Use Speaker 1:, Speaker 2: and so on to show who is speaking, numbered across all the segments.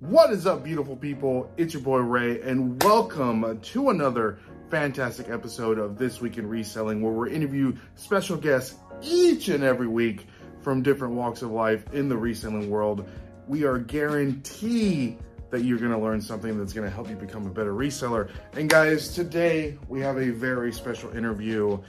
Speaker 1: What is up, beautiful people? It's your boy Ray, and welcome to another fantastic episode of This Week in Reselling, where we interview special guests each and every week from different walks of life in the reselling world. We are guaranteed that you're going to learn something that's going to help you become a better reseller. And guys, today we have a very special interview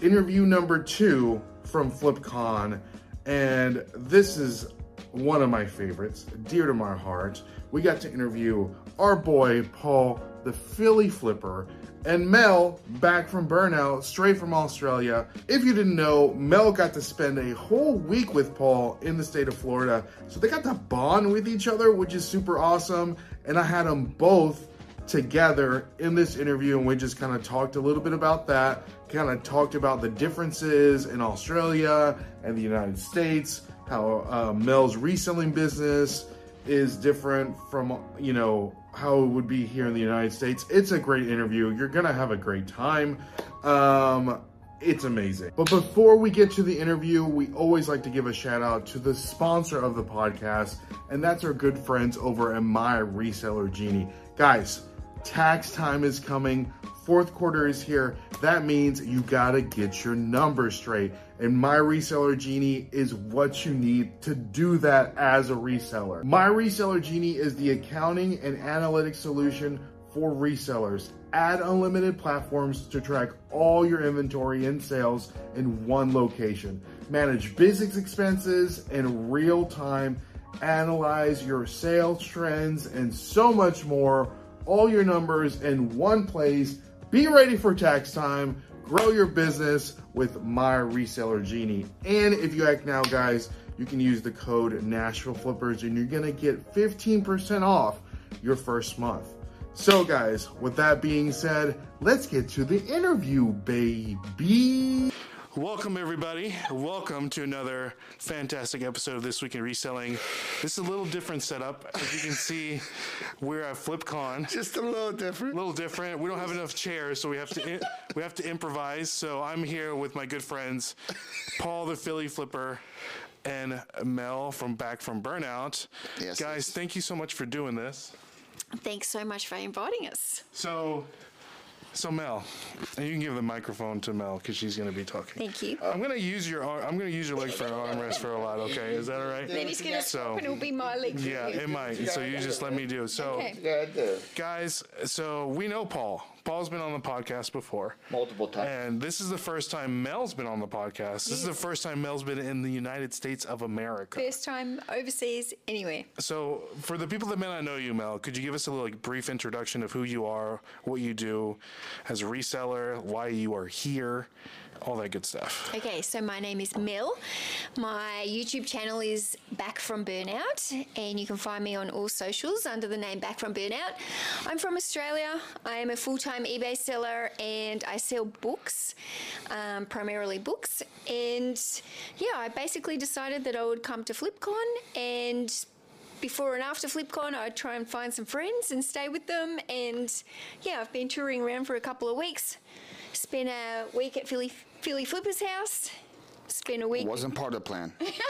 Speaker 1: interview number two from FlipCon, and this is one of my favorites, dear to my heart. We got to interview our boy Paul, the Philly Flipper, and Mel back from burnout, straight from Australia. If you didn't know, Mel got to spend a whole week with Paul in the state of Florida, so they got to bond with each other, which is super awesome. And I had them both together in this interview and we just kind of talked a little bit about that kind of talked about the differences in australia and the united states how uh, mel's reselling business is different from you know how it would be here in the united states it's a great interview you're gonna have a great time um, it's amazing. But before we get to the interview, we always like to give a shout out to the sponsor of the podcast, and that's our good friends over at My Reseller Genie. Guys, tax time is coming, fourth quarter is here. That means you gotta get your numbers straight, and My Reseller Genie is what you need to do that as a reseller. My Reseller Genie is the accounting and analytics solution for resellers. Add unlimited platforms to track all your inventory and sales in one location. Manage business expenses in real time. Analyze your sales trends and so much more. All your numbers in one place. Be ready for tax time. Grow your business with My Reseller Genie. And if you act now, guys, you can use the code Nashville Flippers and you're gonna get 15% off your first month. So, guys, with that being said, let's get to the interview, baby. Welcome, everybody. Welcome to another fantastic episode of This Week in Reselling. This is a little different setup. As you can see, we're at FlipCon.
Speaker 2: Just a little different.
Speaker 1: A little different. We don't have enough chairs, so we have to we have to improvise. So I'm here with my good friends, Paul the Philly Flipper, and Mel from Back from Burnout.
Speaker 2: Yes,
Speaker 1: guys, thank you so much for doing this.
Speaker 3: Thanks so much for inviting us.
Speaker 1: So, so Mel, and you can give the microphone to Mel because she's going to be talking.
Speaker 3: Thank you.
Speaker 1: I'm going to use your arm, I'm going to use your leg for an armrest for a lot. Okay, is that all right?
Speaker 3: Then he's going to
Speaker 1: So-
Speaker 3: stop and it'll be my leg. for
Speaker 1: Yeah,
Speaker 3: you.
Speaker 1: it might. So you just let me do. So,
Speaker 3: Okay.
Speaker 2: Yeah, I do.
Speaker 1: guys, so we know Paul. Paul's been on the podcast before,
Speaker 2: Multiple times.
Speaker 1: and this is the first time Mel's been on the podcast. This is the first time Mel's been in the United States of America.
Speaker 3: First time overseas, anywhere.
Speaker 1: So, for the people that may not know you, Mel, could you give us a little like, brief introduction of who you are, what you do as a reseller, why you are here, all that good stuff?
Speaker 3: Okay, so my name is Mel. My YouTube channel is Back from Burnout, and you can find me on all socials under the name Back from Burnout. I'm from Australia. I am a full time eBay seller, and I sell books, um, primarily books. And yeah, I basically decided that I would come to FlipCon and before and after FlipCon, I'd try and find some friends and stay with them. And yeah, I've been touring around for a couple of weeks. Spent a week at Philly, Philly Flipper's house. Spent a week.
Speaker 2: Wasn't part of the plan. It's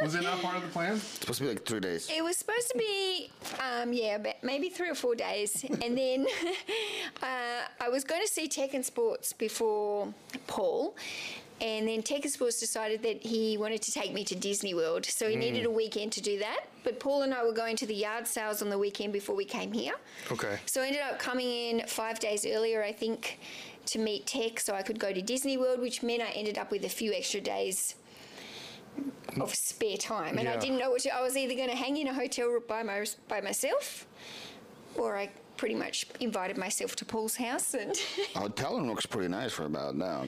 Speaker 1: Was it not part of the plan?
Speaker 2: supposed to be like three days.
Speaker 3: It was supposed to be, um, yeah, but maybe three or four days. and then uh, I was going to see Tech and Sports before Paul. And then Tech and Sports decided that he wanted to take me to Disney World. So he needed a weekend to do that. But Paul and I were going to the yard sales on the weekend before we came here.
Speaker 1: Okay.
Speaker 3: So I ended up coming in five days earlier, I think, to meet Tech so I could go to Disney World, which meant I ended up with a few extra days of spare time. And
Speaker 1: Yeah.
Speaker 3: I didn't know what to, I was either going to hang in a hotel room by, my, by myself or I pretty much invited myself to Paul's house and
Speaker 2: Hotel room looks pretty nice for about now.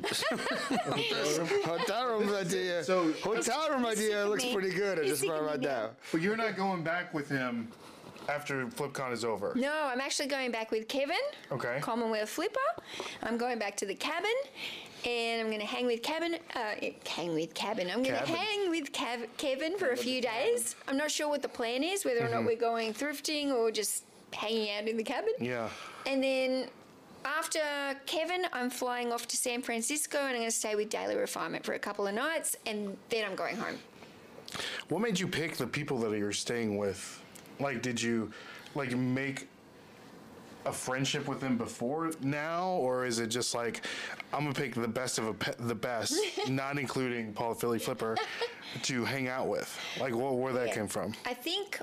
Speaker 2: hotel room, hotel room idea.
Speaker 1: So-
Speaker 2: hotel room idea
Speaker 3: sickening.
Speaker 2: looks pretty good. I
Speaker 3: It's
Speaker 2: just brought right
Speaker 3: sickening.
Speaker 2: now.
Speaker 1: But you're not going back with him after FlipCon is over.
Speaker 3: no, I'm actually going back with Kevin.
Speaker 1: Okay.
Speaker 3: Commonwealth Flipper. I'm going back to the cabin and I'm going to hang with Cabin. Uh, hang with Cabin. I'm going to
Speaker 1: Cabin.
Speaker 3: hang with Cav- Kevin for a few days. I'm not sure what the plan is, whether or not
Speaker 2: Mm-hmm.
Speaker 3: we're going thrifting or just hanging out in the cabin.
Speaker 1: Yeah.
Speaker 3: And then after Kevin, I'm flying off to San Francisco and I'm going to stay with Daily Refinement for a couple of nights and then I'm going home.
Speaker 1: What made you pick the people that you're staying with
Speaker 4: Like, did you like make a friendship with them before now, or is it just like I'm gonna pick the best of a pe- the best, not including Paul Philly Flipper, to hang out with? Like, what where that
Speaker 3: Yeah.
Speaker 4: came from?
Speaker 3: I think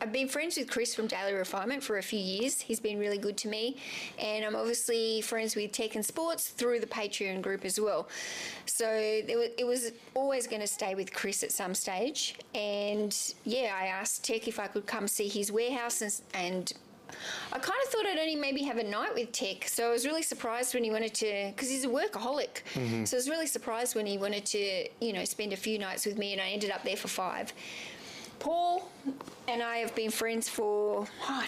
Speaker 3: I've been friends with Chris from Daily Refinement for a few years. He's been really good to me. And I'm obviously friends with Tech and Sports through the Patreon group as well. So it was, it was always going to stay with Chris at some stage. And yeah, I asked Tech if I could come see his warehouse and. and I kind of thought I'd only maybe have a night with Tech, so I was really surprised when he wanted to, because he's a workaholic. So I was really surprised when he wanted to, you know, spend a few nights with me, and I ended up there for five. Paul and I have been friends for I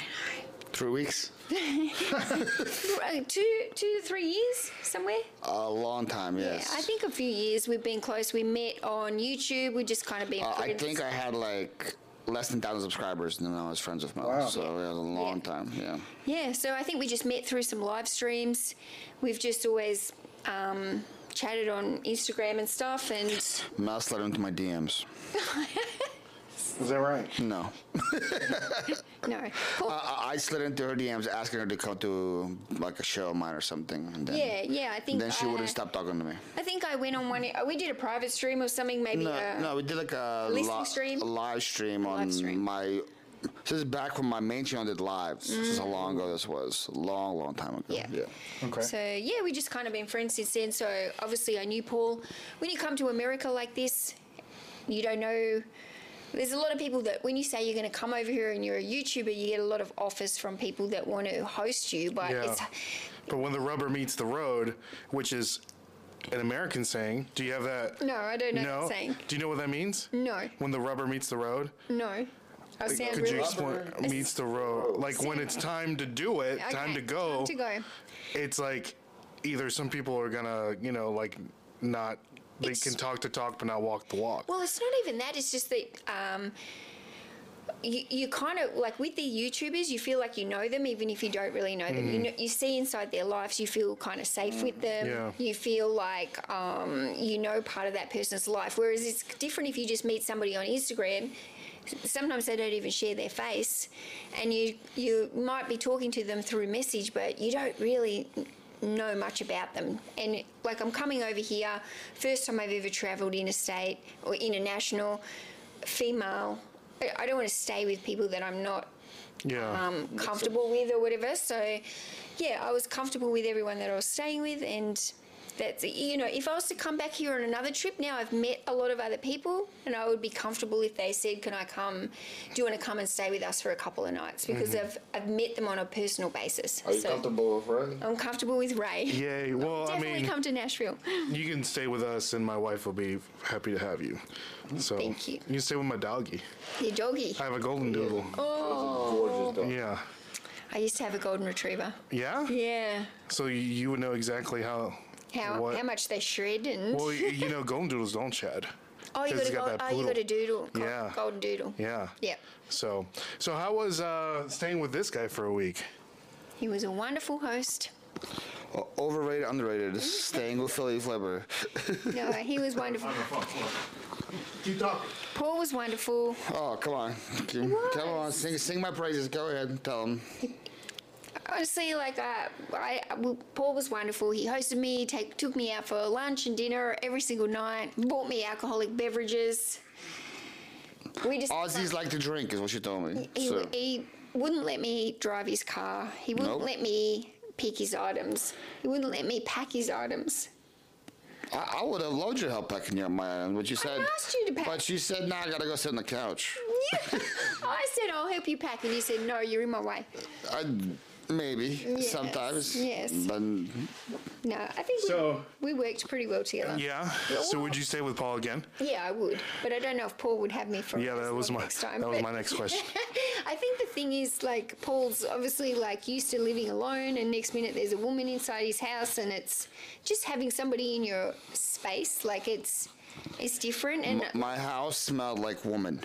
Speaker 2: Three weeks?
Speaker 3: don't know, uh, two two to three years somewhere.
Speaker 2: A long time, yes.
Speaker 3: I think a few years we've been close. We met on YouTube. We just kind of been
Speaker 2: Uh, I
Speaker 3: friends.
Speaker 2: think I had like less than thousand subscribers, and then I was friends with Mel.
Speaker 5: Wow.
Speaker 2: So it was a long
Speaker 3: Yeah.
Speaker 2: time. Yeah.
Speaker 3: yeah, so I think we just met through some live streams. We've just always um, chatted on Instagram and stuff, and
Speaker 2: Mel slid into my DMs.
Speaker 5: Is that right?
Speaker 2: No,
Speaker 3: no, Paul,
Speaker 2: I, I slid into her DMs, asking her to come to like a show of mine or something. And then,
Speaker 3: yeah, yeah. I think
Speaker 2: Then she
Speaker 3: I,
Speaker 2: wouldn't stop talking to me.
Speaker 3: I think I went on one. We did a private stream or something. Maybe
Speaker 2: No,
Speaker 3: uh,
Speaker 2: no, we did like a,
Speaker 3: listening stream?
Speaker 2: a live stream on
Speaker 3: live stream.
Speaker 2: my. This is back when my main channel did lives. This is how long ago this was. Long, long time ago.
Speaker 3: Yeah.
Speaker 4: Okay.
Speaker 3: So yeah, we just kind of been friends since then. So obviously, I knew Paul. When you come to America like this, you don't know. There's a lot of people that when you say you're going to come over here and you're a YouTuber, you get a lot of offers from people that want to host you. But
Speaker 4: Yeah.
Speaker 3: it's
Speaker 4: But when the rubber meets the road, which is an American saying, do you have that?
Speaker 3: no, I don't know
Speaker 4: No.
Speaker 3: that saying.
Speaker 4: Do you know what that means?
Speaker 3: No,
Speaker 4: When the rubber meets the road?
Speaker 3: no. I
Speaker 4: Like,
Speaker 3: sound
Speaker 4: could
Speaker 3: really.
Speaker 4: you explain? Meets the
Speaker 5: Oh,
Speaker 4: road. Like when it's time to do it,
Speaker 3: Okay,
Speaker 4: time to go.
Speaker 3: Time to go.
Speaker 4: It's like either some people are gonna, you know, like not. They
Speaker 3: It's-
Speaker 4: can talk to talk, but not walk the walk.
Speaker 3: Well, it's not even that. It's just that um, you, you kind of like with the YouTubers, you feel like you know them, even if you don't really know them.
Speaker 4: Mm.
Speaker 3: You know, you see inside their lives, you feel kind of safe with them.
Speaker 4: Yeah.
Speaker 3: You feel like um, you know part of that person's life. Whereas it's different if you just meet somebody on Instagram. S- Sometimes they don't even share their face, and you you might be talking to them through message, but you don't really know much about them. And like I'm coming over here, first time I've ever travelled interstate or international, female. I- I don't want to stay with people that I'm not
Speaker 4: yeah.
Speaker 3: um, comfortable with or whatever. So, yeah, I was comfortable with everyone that I was staying with, and that's you know, if I was to come back here on another trip now, I've met a lot of other people, and I would be comfortable if they said, "Can I come? Do you want to come and stay with us for a couple of nights?" Because
Speaker 4: Mm-hmm.
Speaker 3: I've I've met them on a personal basis.
Speaker 5: Are you
Speaker 3: so
Speaker 5: comfortable with Ray?
Speaker 3: I'm comfortable with Ray.
Speaker 4: Yay. Well, I
Speaker 3: Definitely
Speaker 4: mean,
Speaker 3: come to Nashville.
Speaker 4: you can stay with us, and my wife will be happy to have you. So
Speaker 3: Thank you.
Speaker 4: You can stay with my doggy.
Speaker 3: Your doggy.
Speaker 4: I have a golden doodle.
Speaker 3: Oh.
Speaker 5: Gorgeous dog.
Speaker 4: Yeah.
Speaker 3: I used to have a golden retriever.
Speaker 4: Yeah.
Speaker 3: Yeah.
Speaker 4: So you would know exactly how.
Speaker 3: How
Speaker 4: What?
Speaker 3: how much they shred and
Speaker 4: Well, you, you know, golden doodles don't shed.
Speaker 3: oh
Speaker 4: 'cause
Speaker 3: you got
Speaker 4: it's
Speaker 3: a
Speaker 4: got
Speaker 3: gold,
Speaker 4: that
Speaker 3: oh you got
Speaker 4: poodle.
Speaker 3: a doodle Go-
Speaker 4: Yeah.
Speaker 3: golden doodle
Speaker 4: Yeah.
Speaker 3: Yep.
Speaker 4: So, so how was uh, staying with this guy for a week?
Speaker 3: He was a wonderful host.
Speaker 2: O- Overrated, underrated. Staying with Philly Flipper.
Speaker 3: No, he was wonderful.
Speaker 4: Keep talking.
Speaker 3: Paul was wonderful.
Speaker 2: Oh, come on. Can- Tell on. Sing, sing my praises. Go ahead. Tell him.
Speaker 3: Honestly, like uh, I, well, Paul was wonderful. He hosted me, take, took me out for lunch and dinner every single night. Bought me alcoholic beverages. We just
Speaker 2: Aussies like to drink, is what she told me.
Speaker 3: he,
Speaker 2: So,
Speaker 3: he wouldn't let me drive his car. He wouldn't
Speaker 2: Nope.
Speaker 3: let me pick his items. He wouldn't let me pack his items.
Speaker 2: I, I would have loved your help packing up my items, but you said.
Speaker 3: asked you to pack.
Speaker 2: But you said, nah, I gotta go sit on the couch.
Speaker 3: I said, "I'll help you pack," and he said, "No, you're in my way."
Speaker 2: I, maybe,
Speaker 3: Yes,
Speaker 2: sometimes.
Speaker 3: yes.
Speaker 2: But
Speaker 3: No, I think we-
Speaker 4: So-
Speaker 3: we, worked pretty well together.
Speaker 4: Yeah. So would you stay with Paul again?
Speaker 3: Yeah, I would, but I don't know if Paul would have me for.
Speaker 4: Yeah, that was my
Speaker 3: next time.
Speaker 4: that was
Speaker 3: but-
Speaker 4: my next question.
Speaker 3: I think the thing is, like, Paul's obviously like used to living alone, and next minute there's a woman inside his house, and it's just having somebody in your space, like it's it's different. And
Speaker 2: m- my house smelled like woman.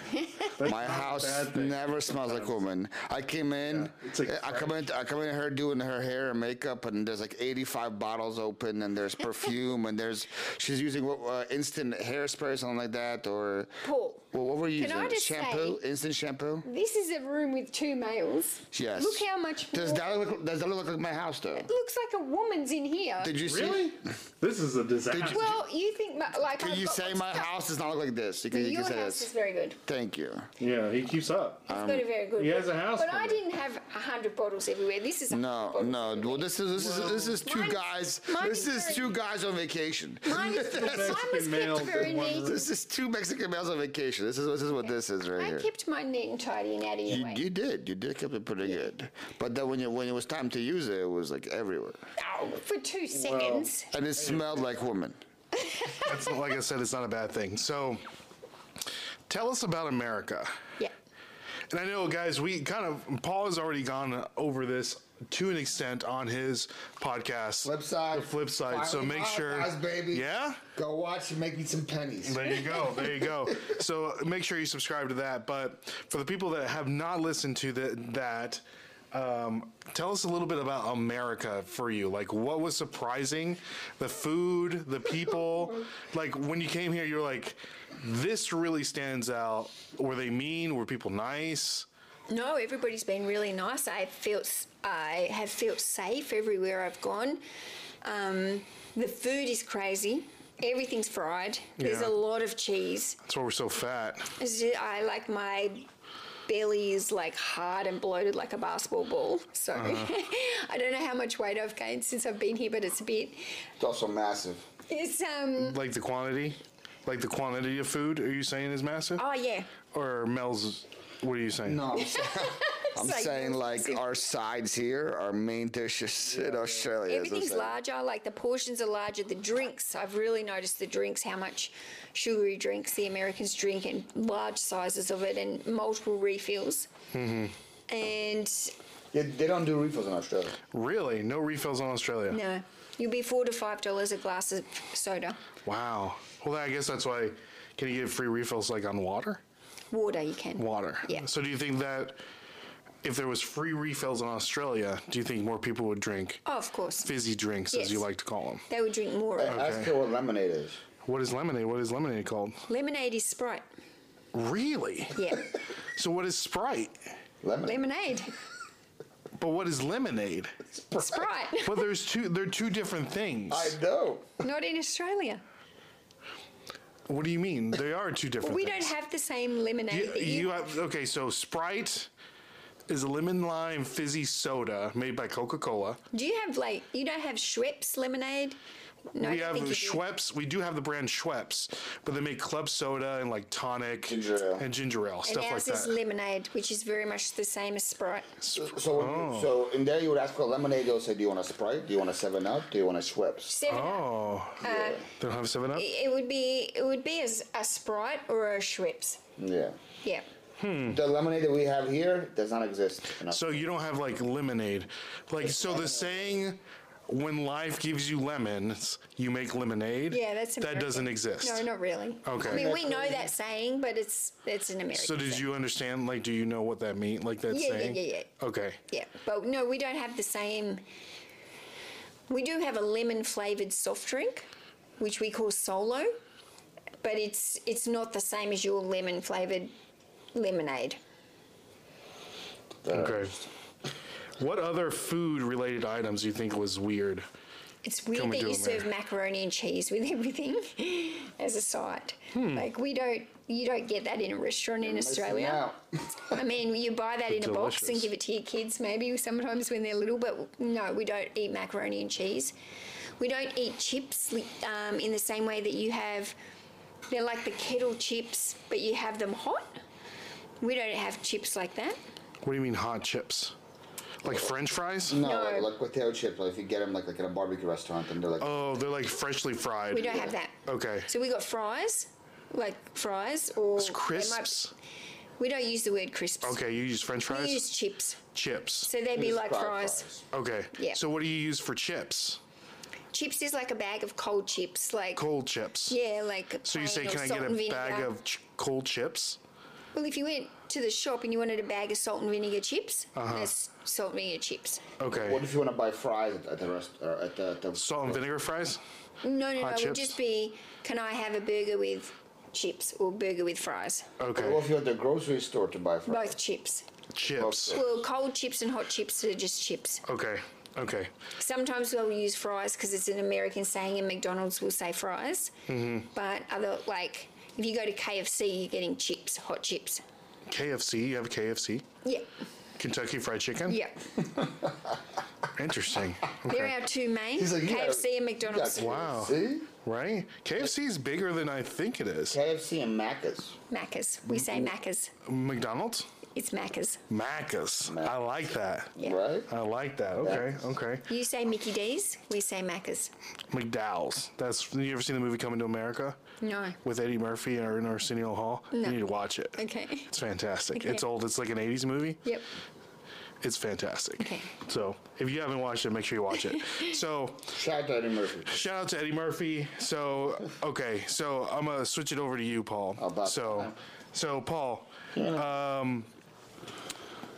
Speaker 2: my house
Speaker 5: bad thing
Speaker 2: never smells like woman. I came in,
Speaker 5: it's like
Speaker 2: I come in, I come in her doing her hair and makeup, and there's like 85 bottles open, and there's perfume, and there's she's using what uh, instant hairspray, something like that, or
Speaker 3: Paul,
Speaker 2: Well, what were you
Speaker 3: Can I
Speaker 2: using?
Speaker 3: just
Speaker 2: shampoo? Instant shampoo?
Speaker 3: This is a room with two males.
Speaker 2: Yes.
Speaker 3: Look how much
Speaker 2: Does
Speaker 3: more-
Speaker 2: that look? Does that look like my house though?
Speaker 3: looks like a woman's in here.
Speaker 2: Did you see?
Speaker 1: Really? This is a disaster.
Speaker 2: Did
Speaker 3: well, you think my, like
Speaker 2: Can
Speaker 3: I've
Speaker 2: you
Speaker 3: got
Speaker 2: say
Speaker 3: lots
Speaker 2: my
Speaker 3: of stuff.
Speaker 2: house does not look like this? You can, you
Speaker 3: Your
Speaker 2: can say
Speaker 3: house is
Speaker 2: this.
Speaker 3: very good.
Speaker 2: Thank you.
Speaker 1: yeah, he keeps up.
Speaker 2: um,
Speaker 3: It's got a very good.
Speaker 1: he has a house
Speaker 3: But
Speaker 1: for
Speaker 3: I
Speaker 1: me.
Speaker 3: didn't have a hundred bottles everywhere. This is a hundred
Speaker 2: No,
Speaker 3: bottles
Speaker 2: no.
Speaker 3: everywhere.
Speaker 2: Well, this is this is this is two
Speaker 3: Mine-
Speaker 2: guys.
Speaker 3: mine
Speaker 2: This
Speaker 3: is
Speaker 2: is
Speaker 3: very-
Speaker 2: two guys on vacation.
Speaker 3: Mine, is, mine was
Speaker 1: Mexican males
Speaker 3: kept very
Speaker 1: in one
Speaker 3: neat.
Speaker 1: room.
Speaker 2: This is two Mexican males on vacation. This is this is what this is right
Speaker 3: I
Speaker 2: here.
Speaker 3: kept mine neat and tidy and out of your
Speaker 2: You,
Speaker 3: way.
Speaker 2: you did. You did keep it pretty good. But then when you when it was time to use it, it was like everywhere,
Speaker 3: Ow, for two seconds.
Speaker 2: and it smelled like woman.
Speaker 4: That's like I said, it's not a bad thing. So, tell us about America.
Speaker 3: yeah.
Speaker 4: And I know, guys, we kind of Paul has already gone over this to an extent on his podcast.
Speaker 2: Flipside.
Speaker 4: the flip side. So
Speaker 2: Finally
Speaker 4: make sure,
Speaker 2: monetized, baby.
Speaker 4: yeah.
Speaker 2: Go watch and make me some pennies.
Speaker 4: There you go. There you go. So make sure you subscribe to that. But for the people that have not listened to the, that, um, tell us a little bit about America for you. Like, what was surprising? The food, the people. like, when you came here, you're like, this really stands out. Were they mean? Were people nice?
Speaker 3: No, everybody's been really nice. I felt I have felt safe everywhere I've gone. Um, the food is crazy. Everything's fried. There's
Speaker 4: Yeah.
Speaker 3: a lot of cheese.
Speaker 4: That's why we're so fat.
Speaker 3: It's ju- I like my belly is like hard and bloated like a basketball ball. So I don't know how much weight I've gained since I've been here, but it's a bit.
Speaker 2: It's also massive.
Speaker 3: It's um.
Speaker 4: Like the quantity, like the quantity of food. Are you saying is massive?
Speaker 3: Oh yeah.
Speaker 4: Or Mel's? What are you saying?
Speaker 2: No, I'm saying, I'm
Speaker 3: It's like-
Speaker 2: saying like our sides here, our main dishes in Australia. is the
Speaker 3: Everything's
Speaker 2: same.
Speaker 3: larger, like the portions are larger. The drinks, I've really noticed the drinks, how much sugary drinks the Americans drink and large sizes of it and multiple refills. And
Speaker 2: Yeah, they don't do refills in Australia.
Speaker 4: Really? No refills on Australia.
Speaker 3: no, you'll be four to five dollars a glass of soda.
Speaker 4: Wow. Well, I guess that's why. Can you get free refills like on water?
Speaker 3: Water, you can.
Speaker 4: Water.
Speaker 3: Yeah.
Speaker 4: So do you think that if there was free refills in Australia, do you think more people would drink
Speaker 3: Oh, of course.
Speaker 4: fizzy drinks, as you
Speaker 3: Yes.
Speaker 4: like to call them?
Speaker 3: They would drink more of it.
Speaker 2: Ask her what lemonade is.
Speaker 4: What is lemonade? What is lemonade called?
Speaker 3: Lemonade is Sprite.
Speaker 4: Really?
Speaker 3: Yeah.
Speaker 4: So what is Sprite?
Speaker 2: Lemonade.
Speaker 3: Lemonade.
Speaker 4: But what is lemonade?
Speaker 3: Sprite.
Speaker 4: But there's two. They're two different things.
Speaker 2: I know.
Speaker 3: Not in Australia.
Speaker 4: what do you mean? They are two different.
Speaker 3: We don't
Speaker 4: things.
Speaker 3: have the same lemonade
Speaker 4: You,
Speaker 3: that you,
Speaker 4: you have okay. So Sprite is a lemon lime fizzy soda made by Coca Cola.
Speaker 3: Do you have like you don't have Schweppes lemonade? No, I
Speaker 4: we
Speaker 3: don't
Speaker 4: have
Speaker 3: think you do.
Speaker 4: Schweppes. We do have the brand Schweppes, but they make club soda and like tonic
Speaker 2: Ginger ale.
Speaker 4: and ginger ale
Speaker 3: And
Speaker 4: stuff like
Speaker 3: ours is
Speaker 4: that.
Speaker 3: lemonade, which is very much the same as Sprite.
Speaker 2: So, when you,
Speaker 4: oh.
Speaker 2: so in there you would ask for a lemonade. They'll say, "Do you want a Sprite? Do you want a Seven Up? Do you want a Schweppes?"
Speaker 3: Seven Up,
Speaker 4: oh,
Speaker 3: uh,
Speaker 4: they don't have Seven Up.
Speaker 3: it would be it would be as a Sprite or a Schweppes.
Speaker 2: Yeah.
Speaker 3: Yeah.
Speaker 2: The lemonade that we have here does not exist. In Aus-
Speaker 4: Hmm. So you don't have like lemonade, like so the saying. When life gives you lemons, you make lemonade.
Speaker 3: Yeah, that's
Speaker 4: that
Speaker 3: American.
Speaker 4: doesn't exist.
Speaker 3: No, not really.
Speaker 4: Okay.
Speaker 3: I mean, we know that saying, but it's it's an American.
Speaker 4: So did
Speaker 3: saying.
Speaker 4: you understand? Like, do you know what that mean? Like that
Speaker 3: Yeah, yeah,
Speaker 4: saying?
Speaker 3: yeah, yeah.
Speaker 4: Okay.
Speaker 3: Yeah, but no, we don't have the same. We do have a lemon flavored soft drink, which we call Solo, but it's it's not the same as your lemon flavored lemonade.
Speaker 2: Uh,
Speaker 4: Okay. What other food-related items do you think was weird?
Speaker 3: It's weird
Speaker 4: Come and
Speaker 3: that
Speaker 4: do
Speaker 3: you
Speaker 4: it,
Speaker 3: serve
Speaker 4: Mary.
Speaker 3: macaroni and cheese with everything as a side. Like we don't, you don't get that in a restaurant in Australia. I mean, you buy that in a box and
Speaker 4: Delicious.
Speaker 3: give it to your kids maybe sometimes when they're little, but no, we don't eat macaroni and cheese. We don't eat chips li- um, in the same way that you have, they're like the kettle chips, but you have them hot. We don't have chips like that.
Speaker 4: What do you mean hot chips? Like French fries?
Speaker 2: No,
Speaker 3: No.
Speaker 2: Like, like potato chips. Like if you get them like, like at a barbecue restaurant, and they're like,
Speaker 4: Oh, they're like freshly fried.
Speaker 3: We don't have that.
Speaker 4: Okay.
Speaker 3: So we got fries, like fries or they might-
Speaker 4: Crisps.
Speaker 3: We don't use the word crisps.
Speaker 4: Okay, you use French
Speaker 3: We
Speaker 4: fries.
Speaker 3: use chips.
Speaker 4: chips.
Speaker 3: So they'd be
Speaker 2: Just
Speaker 3: like
Speaker 2: fried
Speaker 3: fries.
Speaker 4: Okay.
Speaker 3: Yeah.
Speaker 4: So what do you use for chips?
Speaker 3: Chips is like a bag of cold chips, like
Speaker 4: Cold chips.
Speaker 3: yeah, like.
Speaker 4: So you say,
Speaker 3: plain or
Speaker 4: can I
Speaker 3: salt
Speaker 4: get a
Speaker 3: and vinegar.
Speaker 4: bag of ch- cold chips?
Speaker 3: Well, if you went to the shop and you wanted a bag of salt and vinegar chips,
Speaker 4: Uh-huh.
Speaker 3: that's salt and vinegar chips.
Speaker 4: Okay.
Speaker 2: What if you want to buy fries at- at the rest or at the, the
Speaker 4: Salt and vinegar fries?
Speaker 3: No, no, no.
Speaker 4: Hot
Speaker 3: It would
Speaker 4: chips?
Speaker 3: just be, can I have a burger with chips or burger with fries.
Speaker 4: Okay.
Speaker 6: What if you're at the grocery store to buy fries?
Speaker 3: Both chips.
Speaker 4: Chips.
Speaker 3: Well, cold chips and hot chips are just chips.
Speaker 4: Okay. Okay.
Speaker 3: Sometimes they'll use fries because it's an American saying, and McDonald's will say fries.
Speaker 4: Mm-hmm.
Speaker 3: But other like if you go to KFC, you're getting chips, hot chips.
Speaker 4: KFC. You have KFC.
Speaker 3: Yeah,
Speaker 4: Kentucky Fried Chicken.
Speaker 3: yeah.
Speaker 4: Interesting.
Speaker 3: They're
Speaker 4: Okay.
Speaker 3: our two main
Speaker 6: He's like, you
Speaker 3: KFC
Speaker 6: got-
Speaker 3: and
Speaker 6: You
Speaker 3: McDonald's.
Speaker 6: got
Speaker 4: Wow.
Speaker 6: KFC?
Speaker 4: Right. KFC is bigger than I think it is.
Speaker 6: KFC and Macca's.
Speaker 3: Macca's. We say Macca's.
Speaker 4: McDonald's.
Speaker 3: It's Macca's.
Speaker 4: Macca's. I like that.
Speaker 3: Yeah.
Speaker 6: Right?
Speaker 4: I like that. Okay.
Speaker 6: Macca's.
Speaker 4: Okay.
Speaker 3: You say Mickey D's. We say Macca's.
Speaker 4: McDowell's. That's. You ever seen the movie Coming to America?
Speaker 3: No.
Speaker 4: With Eddie Murphy or in Arsenio Hall?
Speaker 3: No.
Speaker 4: You need to watch it.
Speaker 3: Okay.
Speaker 4: It's fantastic. It's
Speaker 3: Okay.
Speaker 4: old. It's like an 80s movie.
Speaker 3: Yep.
Speaker 4: It's fantastic.
Speaker 3: Okay.
Speaker 4: So if you haven't watched it, make sure you watch it. so
Speaker 6: Shout out to Eddie Murphy.
Speaker 4: shout out to Eddie Murphy. So okay, so I'm gonna switch it over to you, Paul.
Speaker 6: About
Speaker 4: so
Speaker 6: time.
Speaker 4: so Paul, um,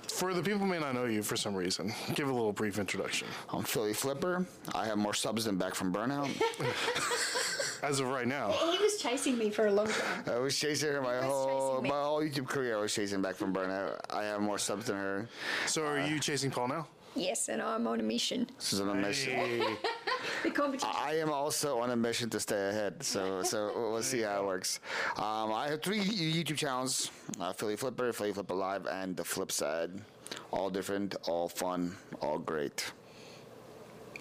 Speaker 4: for the people who may not know you for some reason, give a little brief introduction.
Speaker 2: I'm Philly Flipper. I have more subs than back from burnout.
Speaker 4: As of right now,
Speaker 3: He was chasing me for a long time.
Speaker 2: I was chasing her my
Speaker 3: was
Speaker 2: whole
Speaker 3: chasing me.
Speaker 2: my whole YouTube career. I was chasing back from burnout. I have more subs than her.
Speaker 4: so are you chasing Paul now?
Speaker 3: Yes, and I'm on a mission.
Speaker 2: This is on a mission.
Speaker 4: Hey,
Speaker 3: The competition.
Speaker 2: I am also on a mission to stay ahead. So so we'll see how it works. Um, I have three YouTube channels: uh, Philly Flipper, Philly Flipper Live, and The Flip Side. All different, all fun, all great.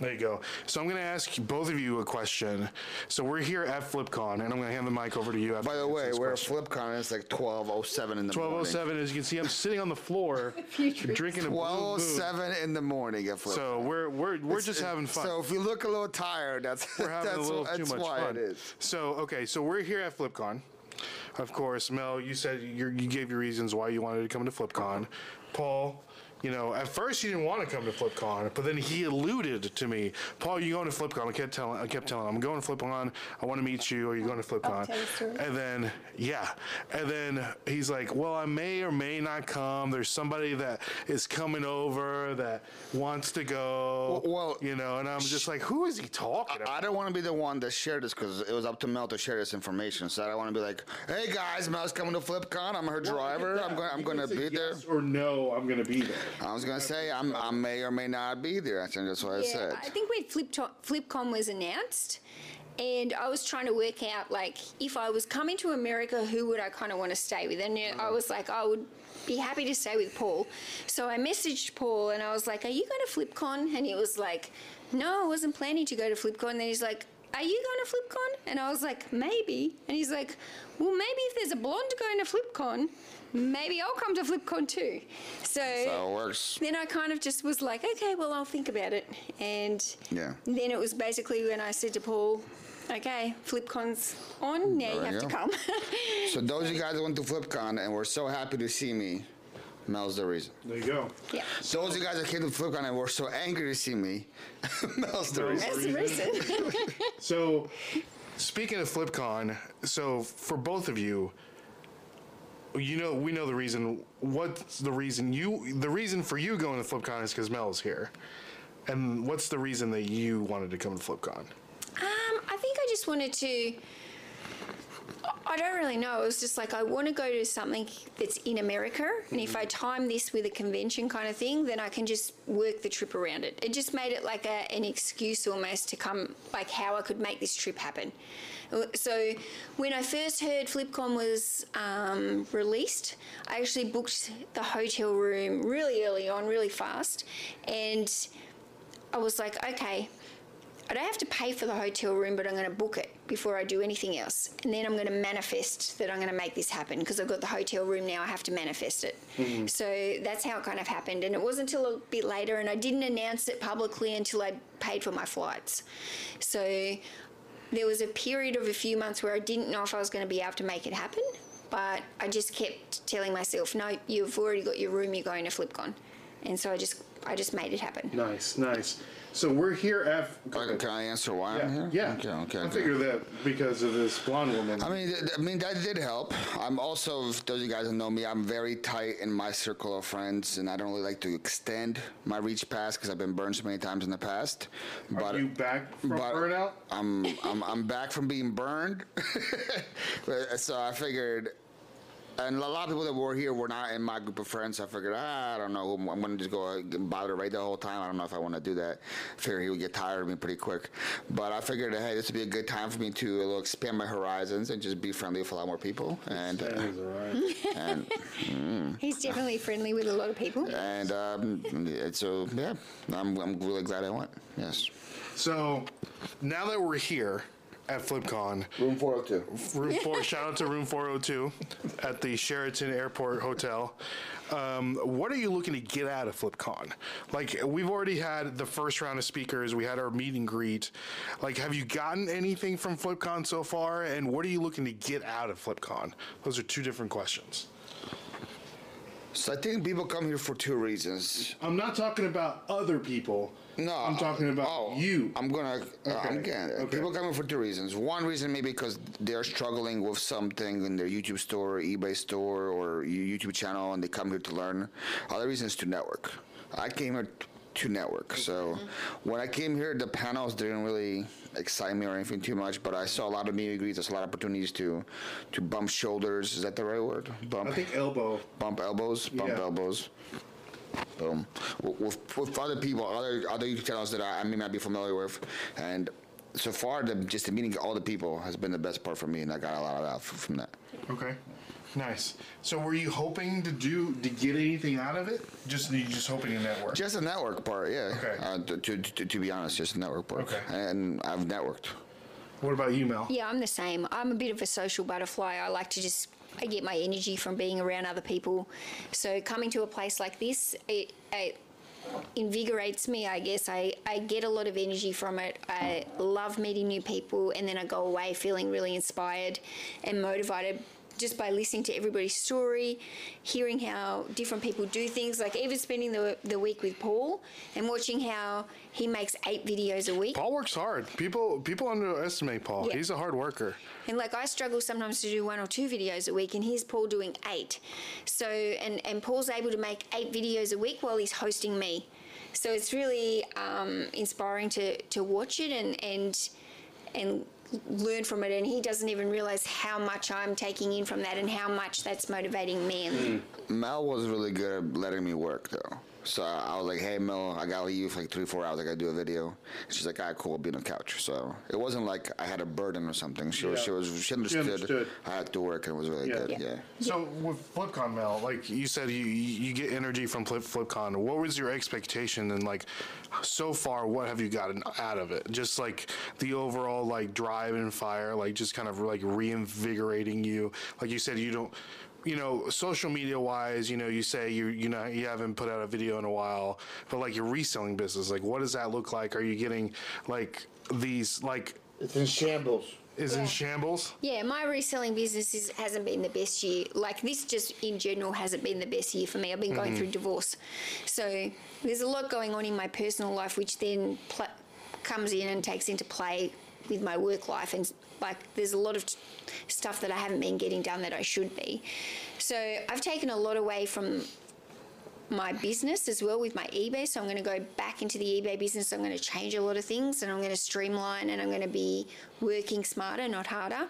Speaker 4: there you go. So I'm gonna ask you- both of you a question. So we're here at FlipCon, and I'm gonna hand the mic over to you. After
Speaker 2: By the
Speaker 4: you answer
Speaker 2: way,
Speaker 4: this
Speaker 2: we're at
Speaker 4: question.
Speaker 2: FlipCon. and It's like twelve oh seven in the morning.
Speaker 4: 1207. As you can see, I'm sitting on the floor, drinking a blue
Speaker 2: Twelve oh
Speaker 4: moon.
Speaker 2: seven in the morning at FlipCon.
Speaker 4: So we're we're we're just
Speaker 2: It's-
Speaker 4: having fun.
Speaker 2: So if you look a little tired, that's
Speaker 4: we're having
Speaker 2: that's,
Speaker 4: a little
Speaker 2: that's
Speaker 4: too much
Speaker 2: why
Speaker 4: fun.
Speaker 2: it is.
Speaker 4: So okay, so we're here at FlipCon. Of course, Mel, you said you you gave your reasons why you wanted to come to FlipCon. Paul, you know, at first you didn't want to come to FlipCon, but then he alluded to me, Paul, you going to FlipCon? I kept telling, I kept telling him, I'm going to FlipCon. I want to meet you. Are you going to FlipCon?
Speaker 3: tell the story.
Speaker 4: And then yeah, and then he's like, well, I may or may not come. There's somebody that is coming over that wants to go.
Speaker 2: Well- well,
Speaker 4: you know, and I'm just like, who is he talking about?
Speaker 2: I don't want to be the one that shared this because it was up to Mel to share this information. So I don't want to be like, "Hey guys, Mel's coming to FlipCon. I'm her driver. I'm going. I'm going to be there."
Speaker 1: Yes or no, I'm gonna be there.
Speaker 2: I was going to say I'm, I may or may not be there. I think that's what I
Speaker 3: Yeah,
Speaker 2: said.
Speaker 3: I think when Flip to- FlipCon was announced, and I was trying to work out like if I was coming to America, who would I kind of want to stay with? And you know, I
Speaker 2: Mm.
Speaker 3: was like, I would be happy to stay with Paul. So I messaged Paul and I was like, Are you going to FlipCon? And he was like, No, I wasn't planning to go to FlipCon. And then he's like. Are you going to FlipCon? And I was like, maybe. And he's like, well, maybe if there's a blonde going to FlipCon, maybe I'll come to FlipCon too.
Speaker 2: so it works.
Speaker 3: Then I kind of just was like, okay, well, I'll think about it. And
Speaker 2: Yeah.
Speaker 3: then it was basically when I said to Paul, okay, FlipCon's on, now you
Speaker 2: There we
Speaker 3: have to
Speaker 2: go.
Speaker 3: come.
Speaker 2: So those of you guys that went to FlipCon and were so happy to see me, Mel's the reason.
Speaker 4: There you go.
Speaker 3: yeah.
Speaker 2: Those of you guys that came to FlipCon and were so angry to see me, Mel's the reason.
Speaker 3: That's the reason.
Speaker 4: So, speaking of FlipCon, so for both of you, you know we know the reason. What's the reason you? The reason for you going to FlipCon is because Mel's here. And what's the reason that you wanted to come to FlipCon?
Speaker 3: Um, I think I just wanted to. I don't really know. It was just like I want to go to something that's in America, and if I time this with a convention kind of thing, then I can just work the trip around it. It just made it like a, an excuse almost to come, like how I could make this trip happen. So when I first heard FlipCon was um, released, I actually booked the hotel room really early on, really fast, and I was like, okay, I don't have to pay for the hotel room, but I'm going to book it before I do anything else. And then I'm going to manifest that I'm going to make this happen because I've got the hotel room now. I have to manifest it. So that's how it kind of happened. And it wasn't until a bit later, and I didn't announce it publicly until I paid for my flights. So there was a period of a few months where I didn't know if I was going to be able to make it happen, but I just kept telling myself, no, you've already got your room, you're going to FlipCon. and so I just I just made it happen.
Speaker 4: Nice, nice. So we're here at.
Speaker 2: Okay, can I answer why I'm
Speaker 4: Yeah,
Speaker 2: here?
Speaker 4: yeah.
Speaker 2: Okay, okay.
Speaker 4: I
Speaker 2: okay.
Speaker 4: figured that because of this blonde woman.
Speaker 2: I mean, th- th- I mean that did help. I'm also, if those of you guys who know me, I'm very tight in my circle of friends, and I don't really like to extend my reach past because I've been burned so many times in the past. But
Speaker 4: Are you back from
Speaker 2: but-
Speaker 4: burnout?
Speaker 2: I'm, I'm I'm back from being burned, But- so I figured. And a lot of people that were here were not in my group of friends. So I figured, ah, I don't know. I'm going to just go ahead and bother Ray the whole time. I don't know if I want to do that. Figure he would get tired of me pretty quick. But I figured, hey, this would be a good time for me to a little expand my horizons and just be friendly with a lot more people. And
Speaker 4: Things are right.
Speaker 2: and
Speaker 3: He's definitely friendly with a lot of people.
Speaker 2: and um, yeah, so yeah, I'm I'm really glad I went. Yes.
Speaker 4: So now that we're here at FlipCon,
Speaker 6: Room 402.
Speaker 4: room four, shout out to room 402 at the Sheraton Airport Hotel. Um, what are you looking to get out of FlipCon? Like, we've already had the first round of speakers, we had our meet and greet. Like, have you gotten anything from FlipCon so far? And what are you looking to get out of FlipCon? Those are two different questions.
Speaker 2: So I think people come here for two reasons.
Speaker 4: I'm not talking about other people.
Speaker 2: No,
Speaker 4: I'm talking about
Speaker 2: oh,
Speaker 4: you.
Speaker 2: I'm gonna. uh,
Speaker 4: Okay,
Speaker 2: I'm getting it.
Speaker 4: okay.
Speaker 2: People coming for two reasons. One reason maybe because they're struggling with something in their YouTube store, eBay store, or you- YouTube channel, and they come here to learn. Other reason is to network. I came here t- to network. So when I came here, the panels didn't really excite me or anything too much, but I saw a lot of meet and greets. There's a lot of opportunities to to bump shoulders. Is that the right word? Bump
Speaker 4: I think elbow.
Speaker 2: bump elbows, bump
Speaker 4: Yeah.
Speaker 2: elbows. Boom. With, with, with other people, other other YouTube channels that I, I may not be familiar with, and so far, the, just the meeting all the people has been the best part for me, and I got a lot of out f- from that.
Speaker 4: Okay. Nice. So were you hoping to do to get anything out of it? Just you just hoping to network.
Speaker 2: Just the network part, yeah.
Speaker 4: Okay.
Speaker 2: Uh, to, to, to, to be honest, just the network part.
Speaker 4: Okay.
Speaker 2: And I've networked.
Speaker 4: What about you, Mel?
Speaker 3: Yeah, I'm the same. I'm a bit of a social butterfly. I like to just I get my energy from being around other people. So coming to a place like this, it, it invigorates me, I guess. I, I get a lot of energy from it. I love meeting new people, and then I go away feeling really inspired and motivated just by listening to everybody's story, hearing how different people do things. Like even spending the, the week with Paul and watching how he makes eight videos a week.
Speaker 4: Paul works hard. People people underestimate Paul.
Speaker 3: Yeah.
Speaker 4: He's a hard worker.
Speaker 3: And like I struggle sometimes to do one or two videos a week, and here's Paul doing eight. So and and Paul's able to make eight videos a week while he's hosting me. So it's really um, inspiring to to watch it and and and learn from it. And he doesn't even realize how much I'm taking in from that and how much that's motivating me. And
Speaker 2: Mel was really good at letting me work though. So I I was like, "Hey Mel, I gotta leave for like three, four hours. I gotta do a video." She's like, "All right, cool. I'll be on the couch." So it wasn't like I had a burden or something. She was,
Speaker 4: Yeah.
Speaker 2: she was, she understood,
Speaker 4: understood.
Speaker 2: I had to work, and it was really
Speaker 4: Yeah.
Speaker 2: good.
Speaker 4: Yeah.
Speaker 2: Yeah.
Speaker 4: So with FlipCon, Mel, like you said, you you you get energy from Flip FlipCon. What was your expectation, and like so far, what have you gotten out of it? Just like the overall like drive and fire, like just kind of like reinvigorating you. Like you said, you don't. You know, social media wise, you know, you say you you know you haven't put out a video in a while, but like your reselling business, like what does that look like? Are you getting like these like
Speaker 6: It's in shambles.
Speaker 4: is
Speaker 3: Yeah.
Speaker 4: in shambles?
Speaker 3: Yeah, my reselling business is, hasn't been the best year. Like this, just in general, hasn't been the best year for me. I've been going through divorce, so there's a lot going on in my personal life, which then pl- comes in and takes into play with my work life. And like, there's a lot of t- stuff that I haven't been getting done that I should be. So I've taken a lot away from my business as well with my eBay. So I'm going to go back into the eBay business. I'm going to change a lot of things and I'm going to streamline and I'm going to be working smarter, not harder.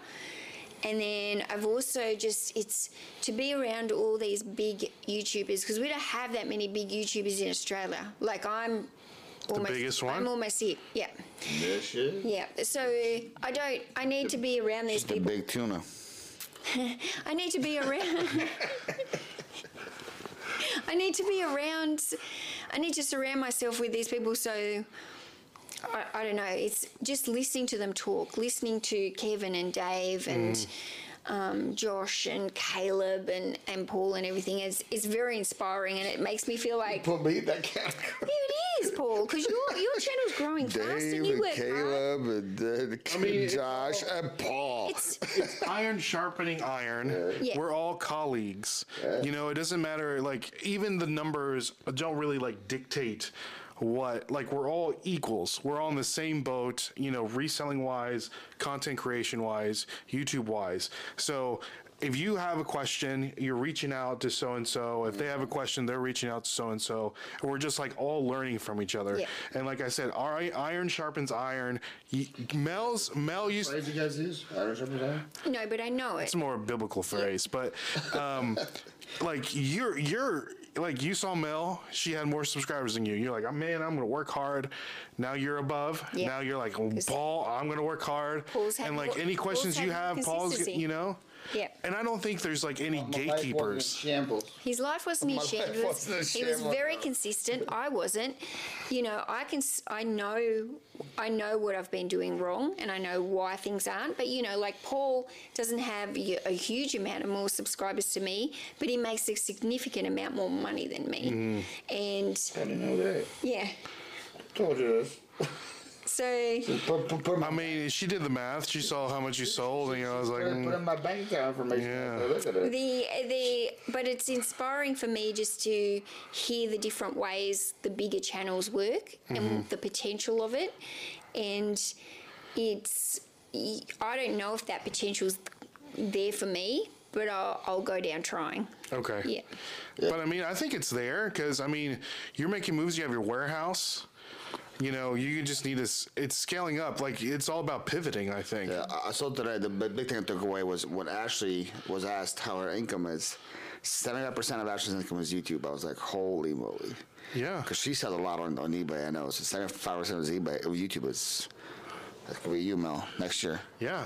Speaker 3: And then I've also just, it's to be around all these big YouTubers because we don't have that many big YouTubers in Australia. Like I'm almost,
Speaker 4: biggest one?
Speaker 3: I'm almost here. Yeah.
Speaker 6: This is.
Speaker 3: Yeah. So I don't, I need to be around these
Speaker 2: The
Speaker 3: people.
Speaker 2: big tuna.
Speaker 3: I need to be around. I need to be around. I need to surround myself with these people. So I, I don't know. It's just listening to them talk, listening to Kevin and Dave and
Speaker 2: Mm.
Speaker 3: um, Josh and Caleb and, and Paul and everything. It's, it's very inspiring and it makes me feel like, yeah,
Speaker 6: Put me in that category.
Speaker 3: it is, Paul, because your your channel's growing fast
Speaker 2: Dave
Speaker 3: and you
Speaker 2: and
Speaker 3: work hard.
Speaker 2: Caleb and, then
Speaker 1: mean,
Speaker 2: Josh and Paul.
Speaker 3: It's
Speaker 4: iron sharpening iron.
Speaker 3: Yeah.
Speaker 4: We're all colleagues. You know, it doesn't matter. Like even the numbers don't really like dictate what. Like we're all equals. We're all in the same boat. You know, reselling wise, content creation wise, YouTube wise. So. If you have a question, you're reaching out to so and so. If they have a question, they're reaching out to so and so. We're just like all learning from each other.
Speaker 3: Yeah.
Speaker 4: And like I said, our iron sharpens iron. Y- Mel's Mel used
Speaker 6: Crazy guys is. I don't know.
Speaker 3: no, but I know it.
Speaker 4: it's more a biblical phrase, but um, like you're you're like you saw Mel, she had more subscribers than you. You're like, oh, man, I'm gonna work hard. Now you're above.
Speaker 3: Yeah.
Speaker 4: Now you're like, Paul, I'm gonna work hard.
Speaker 3: Paul's had
Speaker 4: and like
Speaker 3: more-
Speaker 4: any
Speaker 3: Paul's
Speaker 4: questions
Speaker 3: had
Speaker 4: you
Speaker 3: more
Speaker 4: have, Paul's
Speaker 3: consistency.
Speaker 4: you know.
Speaker 3: Yeah.
Speaker 4: And I don't think there's like any gatekeepers.
Speaker 6: Shambles.
Speaker 3: His life wasn't
Speaker 2: My
Speaker 3: his
Speaker 2: life
Speaker 3: shambles.
Speaker 2: wasn't a
Speaker 3: He was
Speaker 2: shambles.
Speaker 3: very consistent. I wasn't. You know, I can. s- I know. I know what I've been doing wrong, and I know why things aren't. But you know, like Paul doesn't have y- a huge amount of more subscribers to me, but he makes a significant amount more money than me.
Speaker 2: Mm.
Speaker 3: And
Speaker 6: I didn't know that.
Speaker 3: yeah,
Speaker 6: Told you this.
Speaker 3: so
Speaker 6: Put, put, put,
Speaker 4: I mean, she did the math. She saw how much you sold, and you know, I was like,
Speaker 6: put, put
Speaker 4: mm,
Speaker 6: in my bank account information.
Speaker 4: Yeah.
Speaker 6: Yeah. Look at it.
Speaker 3: the the but it's inspiring for me just to hear the different ways the bigger channels work and the potential of it and it's i don't know if that potential's there for me but i'll, I'll go down trying
Speaker 4: okay.
Speaker 3: yeah
Speaker 4: But I mean, I think it's there because I mean, you're making moves. You have your warehouse. You know, you just need this. It's scaling up. Like it's all about pivoting. I think.
Speaker 2: Yeah, I- I saw today the big big thing I took away was when Ashley was asked how her income is. Seventy-five percent of Ashley's income is YouTube. I was like, holy moly!
Speaker 4: Yeah.
Speaker 2: Because she sells a lot on, on eBay. I know. So seventy-five percent of eBay, of YouTube is. That could be you, Mel, next year.
Speaker 4: Yeah.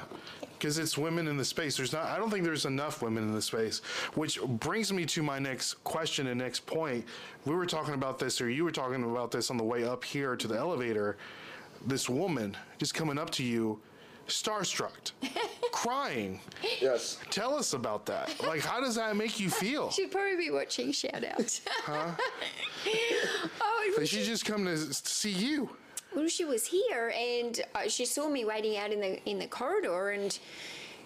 Speaker 4: Because it's women in the space. There's not. I don't think there's enough women in the space. Which brings me to my next question and next point. We were talking about this, or you were talking about this on the way up here to the elevator. This woman just coming up to you, starstruck, crying.
Speaker 6: Yes.
Speaker 4: Tell us about that. Like, how does that make you feel?
Speaker 3: should probably be watching shout out oh it
Speaker 4: Like
Speaker 3: was
Speaker 4: she's just come to s- see you.
Speaker 3: Well, she was here, and uh, she saw me waiting out in the in the corridor, and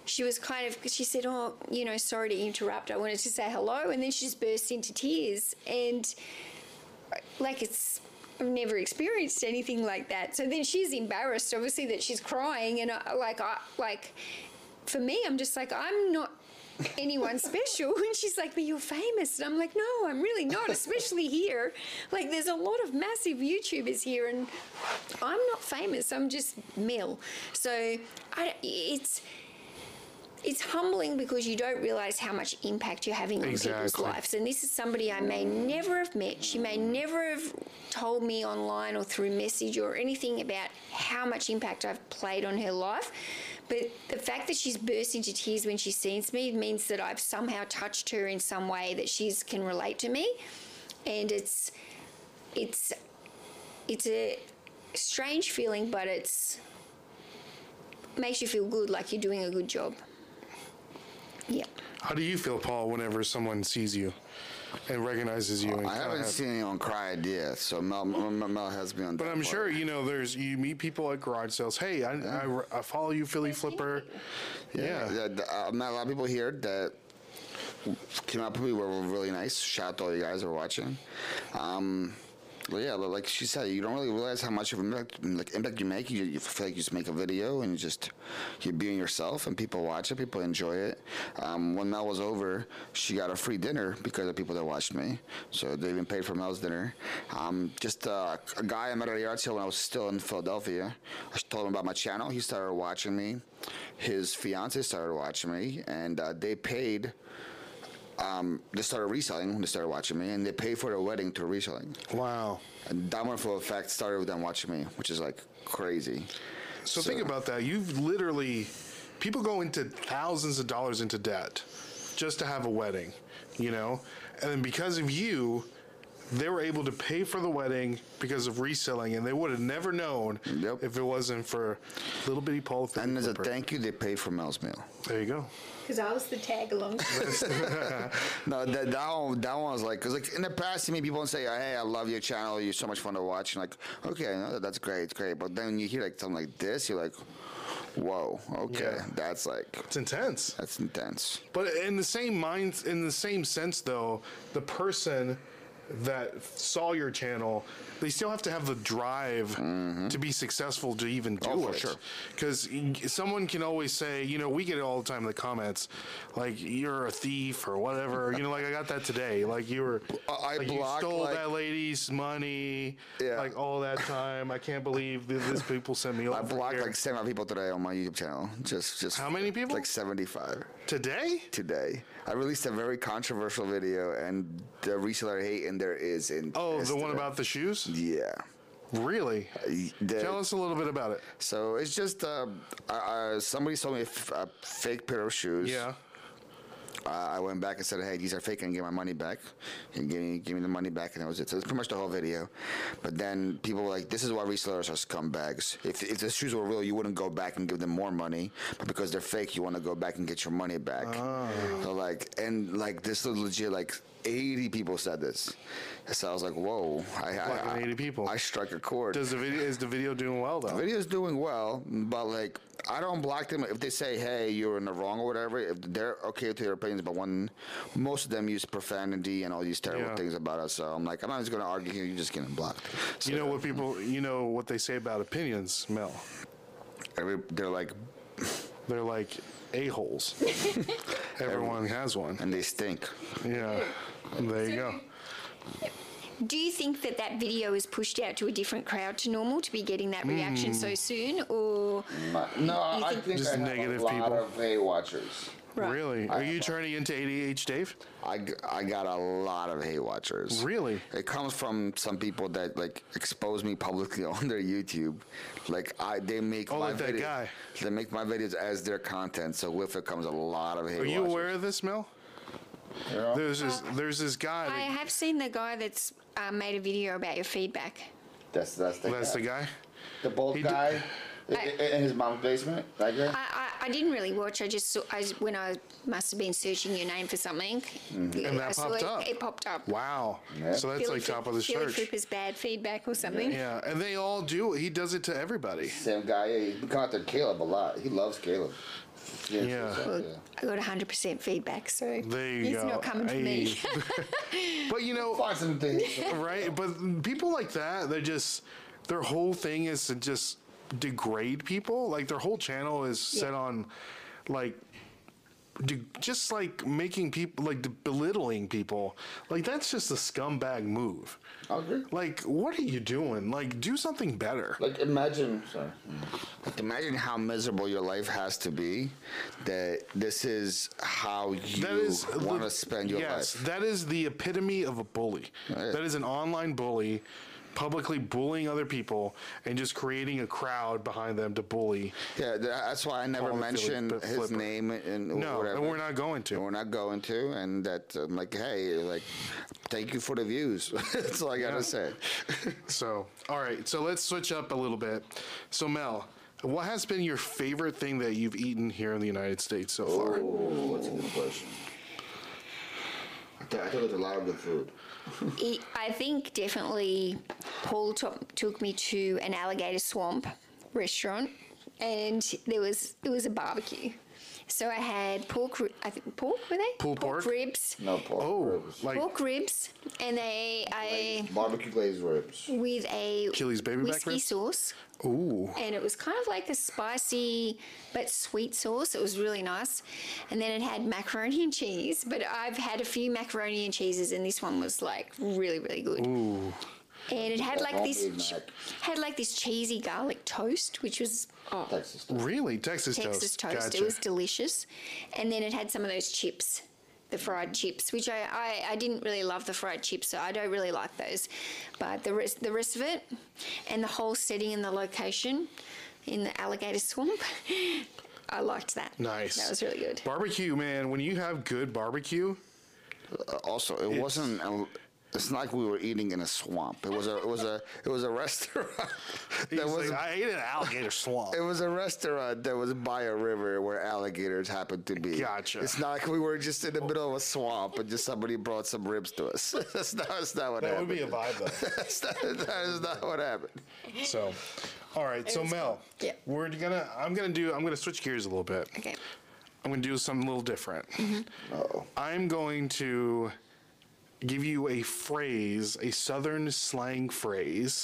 Speaker 3: she was kind of. She said, "Oh, you know, sorry to interrupt. I wanted to say hello," and then she just burst into tears, and uh, like it's. I've never experienced anything like that. So then she's embarrassed, obviously, that she's crying, and I, like, I like, for me, I'm just like, I'm not anyone special. And she's like, but you're famous. And I'm like, no, I'm really not, especially here. Like, there's a lot of massive YouTubers here, and I'm not famous. I'm just Mill. So I, don't- it's. It's humbling because you don't realize how much impact you're having on people's
Speaker 4: Exactly.
Speaker 3: lives. And this is somebody I may never have met. She may never have told me online or through message or anything about how much impact I've played on her life. But the fact that she's burst into tears when she sees me means that I've somehow touched her in some way that she can relate to me. And it's it's it's a strange feeling, but it's makes you feel good, like you're doing a good job. Yeah.
Speaker 4: How do you feel, Paul, whenever someone sees you and recognizes you? And
Speaker 2: I
Speaker 4: kinda
Speaker 2: haven't
Speaker 4: have-
Speaker 2: seen anyone cry yet, so Mel, Mel, Mel has me on.
Speaker 4: But
Speaker 2: that
Speaker 4: I'm
Speaker 2: part.
Speaker 4: sure you know. There's you meet people at garage sales. Hey, I, I, I follow you, Philly Flipper. Yeah.
Speaker 2: that- that- uh, not a lot of people here that came out probably were really nice. Shout out to all you guys who are watching. Um, but yeah, li- like she said, you don't really realize how much of an impact, like, impact you make. You, you feel like you just make a video and you just you're being yourself, and people watch it, people enjoy it. Um, when Mel was over, she got a free dinner because of people that watched me, so they even paid for Mel's dinner. Um, just uh, a guy I met at a yard sale when I was still in Philadelphia. I told him about my channel. He started watching me. His fiance started watching me, and uh, they paid they started reselling when they started watching me, and they paid for their wedding through reselling.
Speaker 4: Wow.
Speaker 2: And that wonderful effect started with them watching me, which is like crazy.
Speaker 4: So, think about that. You've literally people go into thousands of dollars into debt just to have a wedding, you know, and then because of you, they were able to pay for the wedding because of reselling, and they would have never known
Speaker 2: Yep.
Speaker 4: if it wasn't for little bitty Paul. Philly
Speaker 2: And as a
Speaker 4: Flipper.
Speaker 2: thank you, they paid for Mel's meal.
Speaker 4: There you go.
Speaker 3: Because I was the tag along.
Speaker 2: No, that that one, that one was like, cause like in the past, you mean people say, "Hey, I love your channel. You're so much fun to watch." And like, okay, no, that's great, it's great. But then when you hear like something like this, you're like, "Whoa, okay,
Speaker 4: Yeah.
Speaker 2: that's like
Speaker 4: It's intense.
Speaker 2: that's intense."
Speaker 4: But in the same mind, in the same sense, though, the person that saw your channel, they still have to have the drive to be successful to even do
Speaker 2: Mm-hmm. Oh, for
Speaker 4: it.
Speaker 2: sure.
Speaker 4: Because someone can always say, you know, we get it all the time in the comments, like you're a thief or whatever. you know, like I got that today. Like you were,
Speaker 2: I- I
Speaker 4: like,
Speaker 2: blocked,
Speaker 4: you stole
Speaker 2: like-
Speaker 4: that lady's money.
Speaker 2: Yeah.
Speaker 4: Like all that time, I can't believe that this people sent me. Over
Speaker 2: I blocked
Speaker 4: here.
Speaker 2: like seven people today on my YouTube channel. Just, just
Speaker 4: How many people?
Speaker 2: Like seventy-five
Speaker 4: today.
Speaker 2: today. I released a very controversial video, and the reseller hate in there is in.
Speaker 4: Oh, the one about the shoes.
Speaker 2: yeah.
Speaker 4: Really?
Speaker 2: The-
Speaker 4: Tell us a little bit about it.
Speaker 2: So it's just uh, uh, uh, somebody sold me a, f- a fake pair of shoes.
Speaker 4: Yeah.
Speaker 2: Uh, I went back and said, "Hey, these are fake, and get my money back." And gave me, gave me the money back, and that was it. So it's pretty much the whole video. But then people were like, "This is why resellers are scumbags. If, if the shoes were real, you wouldn't go back and give them more money, but because they're fake, you want to go back and get your money back."
Speaker 4: Ah.
Speaker 2: So like, and like this is legit. Like eighty people said this, so I was like, "Whoa!" I,
Speaker 4: Fucking
Speaker 2: I, I-
Speaker 4: 80 people.
Speaker 2: I struck a chord.
Speaker 4: Does the video is the video doing well though?
Speaker 2: The video's doing well, but like I don't block them if they say, "Hey, you're in the wrong" or whatever. If they're okay with their opinions, but when most of them use profanity and all these terrible
Speaker 4: Yeah.
Speaker 2: things about us, so I'm like, I'm not just gonna argue here. You're just getting blocked. So
Speaker 4: you know what people you know what they say about opinions, Mel.
Speaker 2: every, they're like,
Speaker 4: They're like a holes. Everyone has one.
Speaker 2: and they stink.
Speaker 4: Yeah. There you go.
Speaker 3: Do you think that that video is pushed out to a different crowd to normal to be getting that reaction
Speaker 4: Hmm.
Speaker 3: so soon, or
Speaker 6: No,
Speaker 3: You
Speaker 6: I
Speaker 3: think-
Speaker 6: think
Speaker 4: Just
Speaker 6: I have
Speaker 4: negative
Speaker 6: a lot
Speaker 4: people.
Speaker 6: of hay watchers.
Speaker 3: Right.
Speaker 4: Really? Are you turning into ADH Dave?
Speaker 2: I, g- I got a lot of hate watchers.
Speaker 4: Really?
Speaker 2: It comes from some people that like expose me publicly on their YouTube. Like I, they make
Speaker 4: Oh,
Speaker 2: my
Speaker 4: like that
Speaker 2: video-
Speaker 4: guy.
Speaker 2: They make my videos as their content. So with it comes a lot of hate.
Speaker 4: Are you
Speaker 2: watchers.
Speaker 4: aware of this, Mel?
Speaker 6: Yeah.
Speaker 4: There's this there's this guy
Speaker 3: I
Speaker 4: that,
Speaker 3: have seen the guy that's uh, made a video about your feedback.
Speaker 6: That's that's the
Speaker 4: that's
Speaker 6: guy.
Speaker 4: the guy.
Speaker 6: the bald
Speaker 4: He d-
Speaker 6: guy i-
Speaker 3: I-
Speaker 6: i- in his mom's basement. That guy.
Speaker 3: I, I, I didn't really watch. I just saw, I, when I must have been searching your name for something, yeah,
Speaker 4: Mm-hmm. And that
Speaker 3: I saw
Speaker 4: popped
Speaker 3: it,
Speaker 4: up.
Speaker 3: It popped up.
Speaker 4: Wow.
Speaker 6: Yeah.
Speaker 4: So that's
Speaker 3: Philly
Speaker 4: like
Speaker 3: Flip-
Speaker 4: top of the
Speaker 3: Philly
Speaker 4: search.
Speaker 3: Flippers bad feedback or something.
Speaker 4: Yeah, and they all do. it. He does it to everybody.
Speaker 6: Same guy. Yeah, he got there Caleb a lot. He loves Caleb. Yeah.
Speaker 4: Yeah.
Speaker 6: so-
Speaker 3: Well,
Speaker 6: yeah.
Speaker 3: I got 100% feedback, so
Speaker 4: There you
Speaker 3: he's
Speaker 4: go.
Speaker 3: not coming for me.
Speaker 4: Hey. but you know,
Speaker 6: Find some things.
Speaker 4: right? But people like that, they just their whole thing is to just degrade people. Like their whole channel is set on like de- just like making people like belittling people. Like that's just a scumbag move.
Speaker 6: I agree.
Speaker 4: Like what are you doing? Like do something better.
Speaker 6: Like imagine. Sorry.
Speaker 2: Imagine how miserable your life has to be that this is how
Speaker 4: That
Speaker 2: you
Speaker 4: is
Speaker 2: want
Speaker 4: the-
Speaker 2: to spend your
Speaker 4: yes,
Speaker 2: life.
Speaker 4: that is the epitome of a bully.
Speaker 2: Right.
Speaker 4: That is an online bully, publicly bullying other people and just creating a crowd behind them to bully.
Speaker 2: Yeah, th- that's why I never
Speaker 4: Paul the
Speaker 2: mentioned
Speaker 4: Philly
Speaker 2: his
Speaker 4: Flipper.
Speaker 2: name and
Speaker 4: No,
Speaker 2: whatever.
Speaker 4: and we're not going to.
Speaker 2: And we're not going to. And that I'm like, hey, like, thank you for the views. that's all I gotta say.
Speaker 4: So, all right, so let's switch up a little bit. So, Mel, what has been your favorite thing that you've eaten here in the United States so far?
Speaker 6: Oh, that's a good question. I thought I thought it was a lot of good food.
Speaker 3: He- I think definitely Paul took, took me to an alligator swamp restaurant, and there was it was a barbecue. So I had pork. ri- I think pork were they?
Speaker 4: Pulled pork?
Speaker 3: ribs.
Speaker 6: No pork.
Speaker 4: Oh,
Speaker 6: ribs.
Speaker 4: like
Speaker 3: Pork ribs, and they I
Speaker 6: barbecue glazed ribs.
Speaker 3: with a
Speaker 4: Achilles baby back
Speaker 3: whiskey
Speaker 4: ribs?
Speaker 3: sauce,
Speaker 4: ooh,
Speaker 3: and it was kind of like a spicy but sweet sauce. It was really nice, and then it had macaroni and cheese. But I've had a few macaroni and cheeses, and this one was like really really good.
Speaker 4: ooh,
Speaker 3: and it had
Speaker 6: Yeah,
Speaker 3: like
Speaker 6: don't
Speaker 3: this
Speaker 6: leave
Speaker 3: ch-
Speaker 6: that.
Speaker 3: had like this cheesy garlic toast, which was oh,
Speaker 6: Texas. stuff.
Speaker 4: really? Texas,
Speaker 3: Texas toast.
Speaker 4: Gotcha.
Speaker 3: It was delicious, and then it had some of those chips, the fried chips, which I, I, I didn't really love the fried chips, so I don't really like those, but the rest the rest of it, and the whole setting and the location, in the alligator swamp, I liked that.
Speaker 4: nice.
Speaker 3: That was really good.
Speaker 4: Barbecue, man. When you have good barbecue,
Speaker 2: Uh, Also, it wasn't. A, It's not like we were eating in a swamp. It was a it was a it was a restaurant that
Speaker 4: He's
Speaker 2: was
Speaker 4: like, I ate an alligator swamp.
Speaker 2: it was a restaurant that was by a river where alligators happened to be.
Speaker 4: Gotcha.
Speaker 2: It's not like we were just in the middle of a swamp and just somebody brought some ribs to us. that's not that's not what
Speaker 4: That would
Speaker 2: happened.
Speaker 4: be a vibe though.
Speaker 2: that's not, that is not what happened.
Speaker 4: So, all right. So Mel,
Speaker 3: Yeah.
Speaker 4: we're gonna. I'm gonna do. I'm gonna switch gears a little bit.
Speaker 3: Okay. Mm-hmm.
Speaker 4: I'm gonna do something a little different.
Speaker 2: Oh,
Speaker 4: I'm going to give you a phrase, a Southern slang phrase.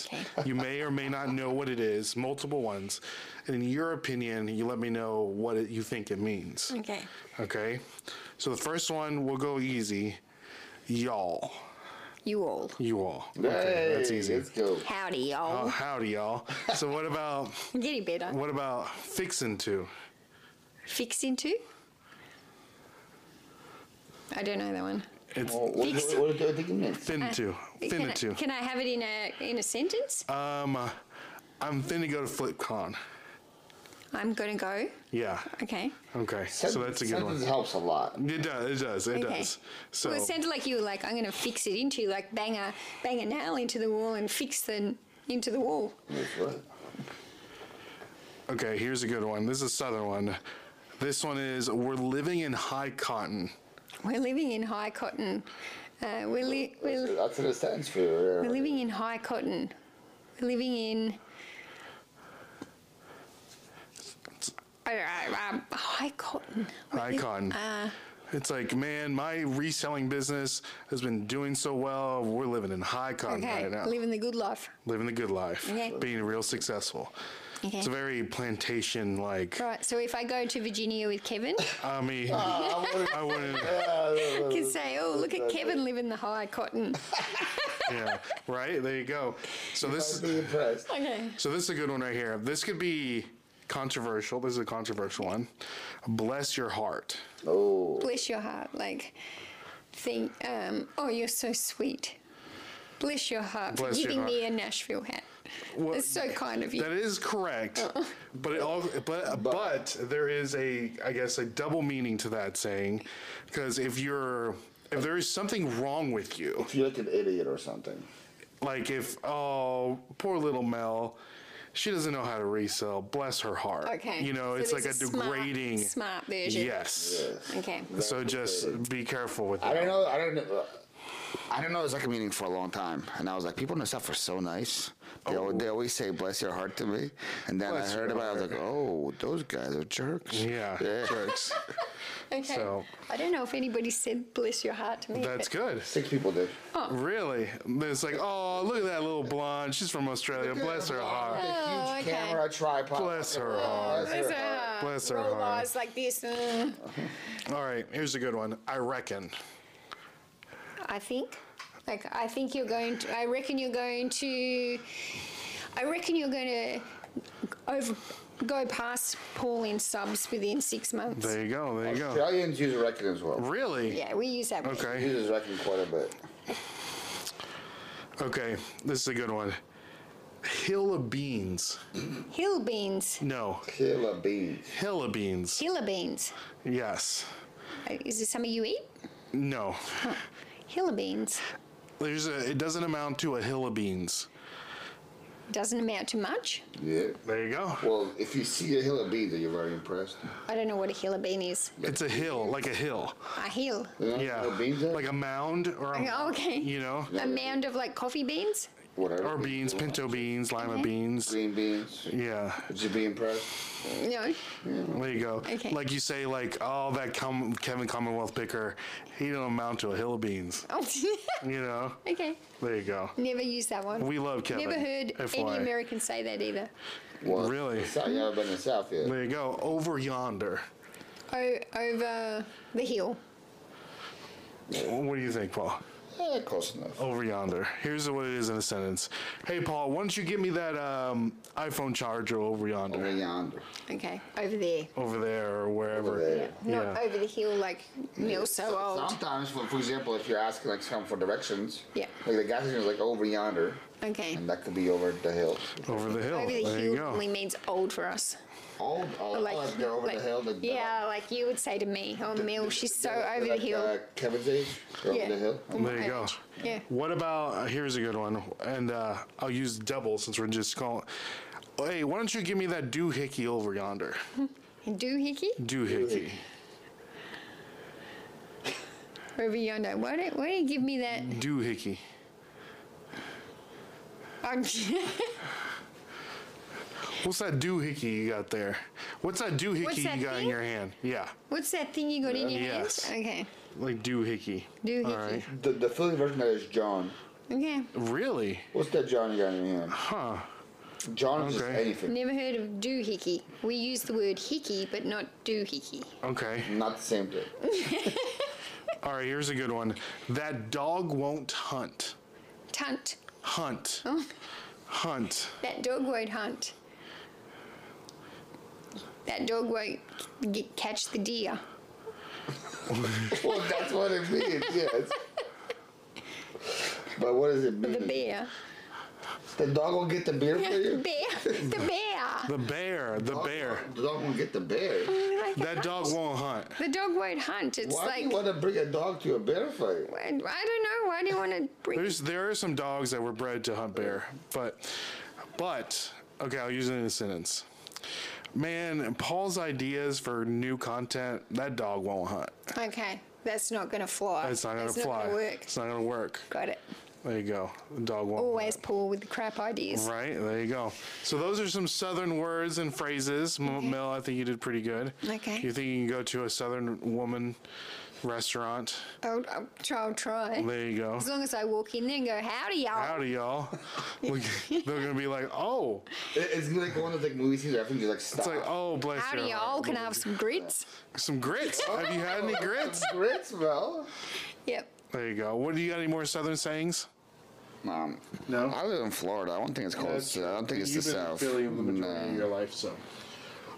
Speaker 4: You may or may not know what it is. Multiple ones, and in your opinion, you let me know what it, you think it means.
Speaker 3: Okay.
Speaker 4: Okay. So the first one will go easy. Y'all.
Speaker 3: You all.
Speaker 4: You all. Okay, that's easy.
Speaker 6: Let's go.
Speaker 3: Howdy,
Speaker 4: Oh,
Speaker 3: y'all.
Speaker 4: howdy, y'all. So what about
Speaker 3: I'm getting better.
Speaker 4: what about fixin' to?
Speaker 3: Fix into? I don't know that one.
Speaker 4: It's
Speaker 6: What, what,
Speaker 3: Fix-
Speaker 6: what, what do you think it means?
Speaker 4: thin to. Thin
Speaker 3: Uh, Can I,
Speaker 4: to.
Speaker 3: can I have it in a in a sentence?
Speaker 4: Um, uh, I'm thin to go to FlipCon.
Speaker 3: I'm gonna go.
Speaker 4: Yeah.
Speaker 3: Okay.
Speaker 4: Okay. so that's a good
Speaker 6: Sentence
Speaker 4: one.
Speaker 6: helps a lot.
Speaker 4: It does. It does. It
Speaker 3: Okay.
Speaker 4: does. So
Speaker 3: well, it sounded like you were like, I'm gonna fix it into you, like bang a bang a nail into the wall and fix the n- into the wall.
Speaker 6: That's what-
Speaker 4: okay, here's a good one. This is a southern one. This one is we're living in high cotton.
Speaker 3: We're living in high cotton. Uh, we're, li- we're
Speaker 6: That's a sentence for you.
Speaker 3: we're living in high cotton. We're living in. Uh, um, high cotton. uh,
Speaker 4: High cotton. it's like, man, my reselling business has been doing so well. We're living in high cotton
Speaker 3: Okay,
Speaker 4: right now.
Speaker 3: living the good life.
Speaker 4: living the good life,
Speaker 3: Okay.
Speaker 4: being real successful.
Speaker 3: Okay.
Speaker 4: It's a very plantation like.
Speaker 3: Right, so if I go to Virginia with Kevin,
Speaker 4: I mean, I wouldn't.
Speaker 3: I can say, oh, look at Kevin living the high cotton.
Speaker 4: Yeah, right. There you go. So this,
Speaker 6: Be impressed.
Speaker 3: Okay.
Speaker 4: so this is a good one right here. This could be controversial. This is a controversial one. Bless your heart.
Speaker 6: Oh,
Speaker 3: Bless your heart. Like, think, um, oh, you're so sweet. Bless your heart
Speaker 4: Bless
Speaker 3: for
Speaker 4: your
Speaker 3: giving me
Speaker 4: heart.
Speaker 3: a Nashville hat.
Speaker 4: Well,
Speaker 3: That's so kind of you.
Speaker 4: That is correct, but it all but but there is a I guess a double meaning to that saying, because if you're if there is something wrong with you,
Speaker 6: you're like an idiot or something.
Speaker 4: like if oh poor little Mel, she doesn't know how to resell. Bless her heart.
Speaker 3: okay.
Speaker 4: you know
Speaker 3: So
Speaker 4: it's like a
Speaker 3: there's smart-
Speaker 4: degrading.
Speaker 3: Smart, version.
Speaker 4: Yes.
Speaker 3: Okay.
Speaker 4: So just be careful with
Speaker 2: I
Speaker 4: that.
Speaker 2: don't know. I don't know. I don't know the second meaning for a long time, and I was like, people in the South are so nice. They, al-
Speaker 6: Oh.
Speaker 2: they always say "bless your heart" to me, and then
Speaker 4: Bless
Speaker 2: I
Speaker 4: your
Speaker 2: heard about. it, I was like, oh, those guys are jerks.
Speaker 4: Yeah, jerks.
Speaker 3: Okay.
Speaker 4: So-
Speaker 3: I don't know if anybody said bless your heart to me.
Speaker 4: That's
Speaker 3: but-
Speaker 4: good.
Speaker 6: Six people did.
Speaker 3: Oh,
Speaker 4: Really? It's like, oh, look at that little blonde. She's from Australia. Bless her heart.
Speaker 3: Oh,
Speaker 2: huge
Speaker 3: okay.
Speaker 2: camera tripod.
Speaker 4: Bless her heart.
Speaker 3: Bless her heart.
Speaker 4: Bless her
Speaker 3: Roll
Speaker 4: heart.
Speaker 3: eyes like this. mm.
Speaker 4: All right, here's a good one. I reckon.
Speaker 3: I think. Like I think you're going to. I reckon you're going to. I reckon you're going to over, go past Paul in subs within six months.
Speaker 4: There you go. There you go.
Speaker 6: Australians use reckon as well.
Speaker 4: Really?
Speaker 3: yeah, we use that. one.
Speaker 4: Okay.
Speaker 6: Uses reckon quite a bit.
Speaker 4: Okay. This is a good one. Hill of beans.
Speaker 3: Hill beans.
Speaker 4: No.
Speaker 6: Killer beans.
Speaker 4: Hill of beans.
Speaker 3: Hiller beans.
Speaker 4: Yes.
Speaker 3: Uh, Is this something you eat?
Speaker 4: No.
Speaker 3: Hiller beans
Speaker 4: There's a. It doesn't amount to a hill of beans.
Speaker 3: doesn't amount to much.
Speaker 6: Yeah.
Speaker 4: There you go.
Speaker 6: Well, if you see a hill of beans, then you're very impressed.
Speaker 3: I don't know what a hiller bean is.
Speaker 4: It's a hill, like a hill.
Speaker 3: A hill.
Speaker 6: You know,
Speaker 4: Yeah.
Speaker 6: hill of beans there?
Speaker 4: Like a mound or a,
Speaker 3: Okay.
Speaker 4: you know,
Speaker 3: A mound of like coffee beans.
Speaker 6: Whatever.
Speaker 4: or beans, pinto beans, lima beans.
Speaker 6: Green beans.
Speaker 4: Yeah.
Speaker 6: Would you be impressed?
Speaker 3: No.
Speaker 4: There you go.
Speaker 3: Okay.
Speaker 4: Like you say, like, oh, that Com- Kevin Commonwealth picker, he don't amount to a hill of beans.
Speaker 3: Oh,
Speaker 4: You know?
Speaker 3: okay.
Speaker 4: There you go.
Speaker 3: Never used that one.
Speaker 4: We love Kevin.
Speaker 3: Never heard any
Speaker 4: FYI.
Speaker 3: American say that either.
Speaker 6: Well,
Speaker 4: Really?
Speaker 6: South, you haven't been in the South yet.
Speaker 4: There you go. Over yonder.
Speaker 3: O- over the hill.
Speaker 4: What do you think, Paul?
Speaker 6: Yeah, close enough.
Speaker 4: Over yonder. Here's what it is in a sentence. Hey, Paul, why don't you give me that um, iPhone charger over yonder,
Speaker 6: Over yonder.
Speaker 3: Okay, over there.
Speaker 4: over there, or wherever?
Speaker 6: Over there.
Speaker 3: Not
Speaker 4: Yeah.
Speaker 3: over the hill like Neil's so old.
Speaker 6: Sometimes, for, for example, if you're asking like someone for directions,
Speaker 3: Yeah.
Speaker 6: like the gas station is like over yonder.
Speaker 3: Okay.
Speaker 6: and that could be over the hill.
Speaker 4: Over the hill.
Speaker 3: Over the
Speaker 4: there you
Speaker 3: hill
Speaker 4: go.
Speaker 3: only means old for us.
Speaker 6: All, all,
Speaker 3: Like,
Speaker 6: all that they're over
Speaker 3: like-
Speaker 6: the hill. Like, they're
Speaker 3: yeah, like you would say to me, oh, Mill, she's so
Speaker 6: like-
Speaker 3: over the
Speaker 6: like,
Speaker 3: hill.
Speaker 6: Uh, Kevin's age, they're
Speaker 3: yeah.
Speaker 6: over the hill.
Speaker 3: Or my
Speaker 4: There you go.
Speaker 3: age. Yeah.
Speaker 4: What about uh, here's a good one, and uh, I'll use double since we're just calling. Hey, why don't you give me that doohickey over yonder?
Speaker 3: And doohickey?
Speaker 4: Doohickey.
Speaker 3: Over yonder. Why don't, why don't you give me that?
Speaker 4: Doohickey.
Speaker 3: I'm
Speaker 4: What's that doohickey you got there? What's that doohickey
Speaker 3: What's
Speaker 4: you
Speaker 3: that
Speaker 4: got in
Speaker 3: thing?
Speaker 4: your hand? Yeah,
Speaker 3: What's that thing you got in your
Speaker 4: Yes.
Speaker 3: hands? Okay.
Speaker 4: like doohickey.
Speaker 3: Doohickey.
Speaker 6: The, the Philly version that is John.
Speaker 3: Okay.
Speaker 4: Really?
Speaker 6: What's that John you got in your hand?
Speaker 4: Huh.
Speaker 6: John is just
Speaker 4: Okay.
Speaker 6: anything.
Speaker 3: Never heard of doohickey. We use the word hickey, but not doohickey.
Speaker 4: Okay.
Speaker 6: Not the same thing.
Speaker 4: All right. Here's a good one. That dog won't hunt.
Speaker 3: Tunt.
Speaker 4: Hunt.
Speaker 3: Oh.
Speaker 4: Hunt.
Speaker 3: That dog won't hunt. That dog won't get, catch the deer.
Speaker 6: well, that's what it means, yes. But what does it
Speaker 3: The
Speaker 6: mean?
Speaker 3: bear.
Speaker 6: The, dog will get the
Speaker 4: Oh,
Speaker 6: beer for
Speaker 3: The
Speaker 6: you?
Speaker 3: bear. The bear.
Speaker 4: The bear. The
Speaker 6: Dog-
Speaker 4: bear.
Speaker 6: The dog will get the bear.
Speaker 3: Like a
Speaker 4: That dog
Speaker 3: hunt.
Speaker 4: won't hunt.
Speaker 3: The dog won't hunt. It's
Speaker 6: Why do
Speaker 3: like
Speaker 6: you want to bring a dog to a bear fight?
Speaker 3: I I don't know. Why do you want to bring?
Speaker 4: There's there are some dogs that were bred to hunt bear, but but okay, I'll use it in a sentence. Man, Paul's ideas for new content, that dog won't hunt.
Speaker 3: Okay, that's not gonna fly.
Speaker 4: It's not gonna
Speaker 3: that's
Speaker 4: fly.
Speaker 3: Not gonna work.
Speaker 4: It's not gonna work.
Speaker 3: Got it.
Speaker 4: There you go. The dog won't
Speaker 3: Always poor with the crap ideas.
Speaker 4: hunt. Right? There you go. So those are some southern words and phrases. M Mel, I think you did pretty good.
Speaker 3: Okay.
Speaker 4: You think you can go to a southern woman restaurant?
Speaker 3: I'll, I'll try. I'll try.
Speaker 4: There you go.
Speaker 3: As long as I walk in there and go, howdy y'all.
Speaker 4: Howdy y'all. Look, they're gonna be like, oh,
Speaker 6: It- It's like one of those like movie scenes where everything is like stop.
Speaker 4: it's like, oh, bless
Speaker 3: Howdy
Speaker 4: your
Speaker 3: y'all.
Speaker 4: heart.
Speaker 3: Can I have some grits?
Speaker 4: Some grits. Have you had any grits?
Speaker 1: oh.
Speaker 6: Grits, well.
Speaker 3: Yep.
Speaker 4: There you go. What do you got? Any more Southern sayings?
Speaker 2: Um,
Speaker 1: No?
Speaker 2: I live in Florida. I don't think it's called. I don't think it's the
Speaker 1: You've been in
Speaker 2: South.
Speaker 1: Philly the majority of
Speaker 2: No.
Speaker 1: your life, so.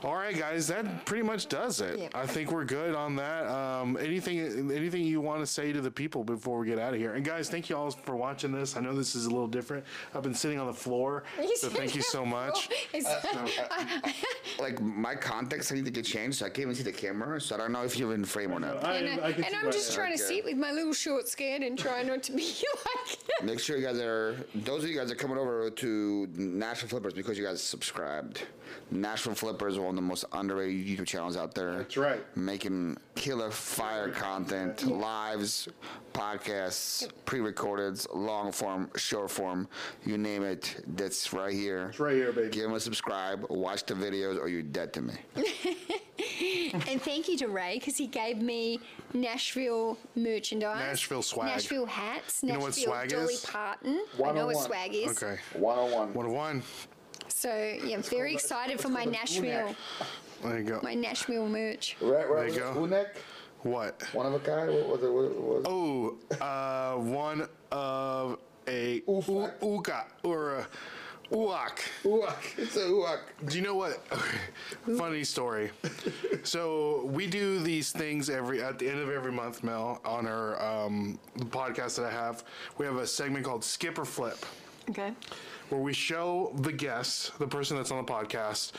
Speaker 4: All right, guys, that pretty much does it.
Speaker 3: Yep.
Speaker 4: I think we're good on that. Um, anything, anything you want to say to the people before we get out of here? And guys, thank you all for watching this. I know this is a little different. I've been sitting on the floor, so thank you so much.
Speaker 3: It's-
Speaker 2: Like my context, I need to get changed, so I can't even see the camera. So I don't know if you're in frame or not.
Speaker 3: and, I,
Speaker 1: can
Speaker 3: and
Speaker 1: see
Speaker 3: I'm
Speaker 1: why-
Speaker 3: just trying to
Speaker 2: Okay.
Speaker 3: sit with my little short skirt and try not to be like.
Speaker 2: Make sure you guys are. Those of you guys are coming over to National Flippers because you guys subscribed. National Flippers are one of the most underrated YouTube channels out there.
Speaker 1: That's right.
Speaker 2: Making killer fire content, lives, podcasts, pre-recordeds, long form, short form, you name it. That's right here.
Speaker 1: It's right here, baby.
Speaker 2: Give them a subscribe, watch the videos, or you're dead to me.
Speaker 3: and thank you to Ray because he gave me Nashville merchandise,
Speaker 4: Nashville swag.
Speaker 3: Nashville hats,
Speaker 4: know
Speaker 3: Nashville
Speaker 4: what swag
Speaker 3: Dolly
Speaker 4: is?
Speaker 3: Parton. I know what
Speaker 6: 101.
Speaker 3: swag is.
Speaker 4: Okay,
Speaker 6: One on one.
Speaker 4: one to one.
Speaker 3: So yeah, I'm very excited for my Nashville,
Speaker 4: There you go.
Speaker 3: my Nashville merch.
Speaker 6: Right,
Speaker 4: There
Speaker 6: right.
Speaker 4: you go.
Speaker 6: Unek,
Speaker 4: What?
Speaker 6: one of a kind. What was it? What, what was it?
Speaker 4: Oh, uh, one of a u-
Speaker 6: Oofak.
Speaker 4: uka or a uak.
Speaker 6: Uak. It's a uak.
Speaker 4: Do you know what? Funny story. so we do these things every at the end of every month, Mel, on our um, podcast that I have. We have a segment called Skip or Flip,
Speaker 3: Okay.
Speaker 4: where we show the guest, the person that's on the podcast,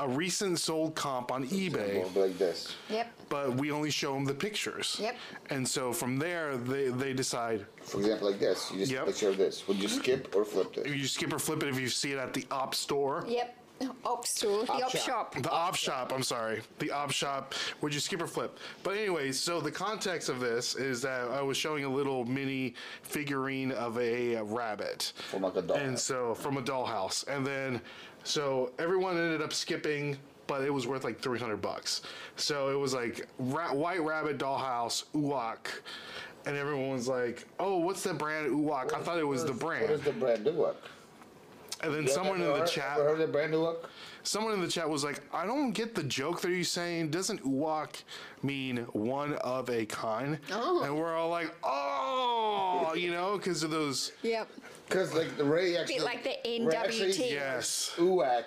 Speaker 4: a recent sold comp on eBay.
Speaker 6: Like this.
Speaker 3: Yep.
Speaker 4: But we only show them the pictures.
Speaker 3: Yep.
Speaker 4: And so from there, they, they decide
Speaker 6: For example, like this. You just
Speaker 4: Yep.
Speaker 6: picture this. Would you skip or flip this?
Speaker 4: you skip or flip it if you see it at the op store.
Speaker 3: Yep. Op store, the op,
Speaker 6: Op
Speaker 3: shop.
Speaker 6: shop.
Speaker 4: The op shop, I'm sorry. The op shop. Would you skip or flip? But anyway, so the context of this is that I was showing a little mini figurine of a uh, rabbit.
Speaker 6: From like a doll.
Speaker 4: And so from a dollhouse. And then so everyone ended up skipping, but it was worth like 300 bucks. So it was like ra- white rabbit dollhouse, uwak. And everyone was like, "Oh, what's the brand Uwak?" I thought it was the
Speaker 6: What is
Speaker 4: brand.
Speaker 6: the brand uak?
Speaker 4: And then someone in the chat
Speaker 6: Ever heard of the brand uak?
Speaker 4: Someone in the chat was like, I don't get the joke that you're saying. Doesn't uwak mean one of a kind?
Speaker 3: Oh.
Speaker 4: And we're all like, oh, you know, because of those
Speaker 3: Yep.
Speaker 2: Because like the Ray actually,
Speaker 3: like the
Speaker 2: Ray actually-
Speaker 3: NWT.
Speaker 4: Yes.
Speaker 2: UAC.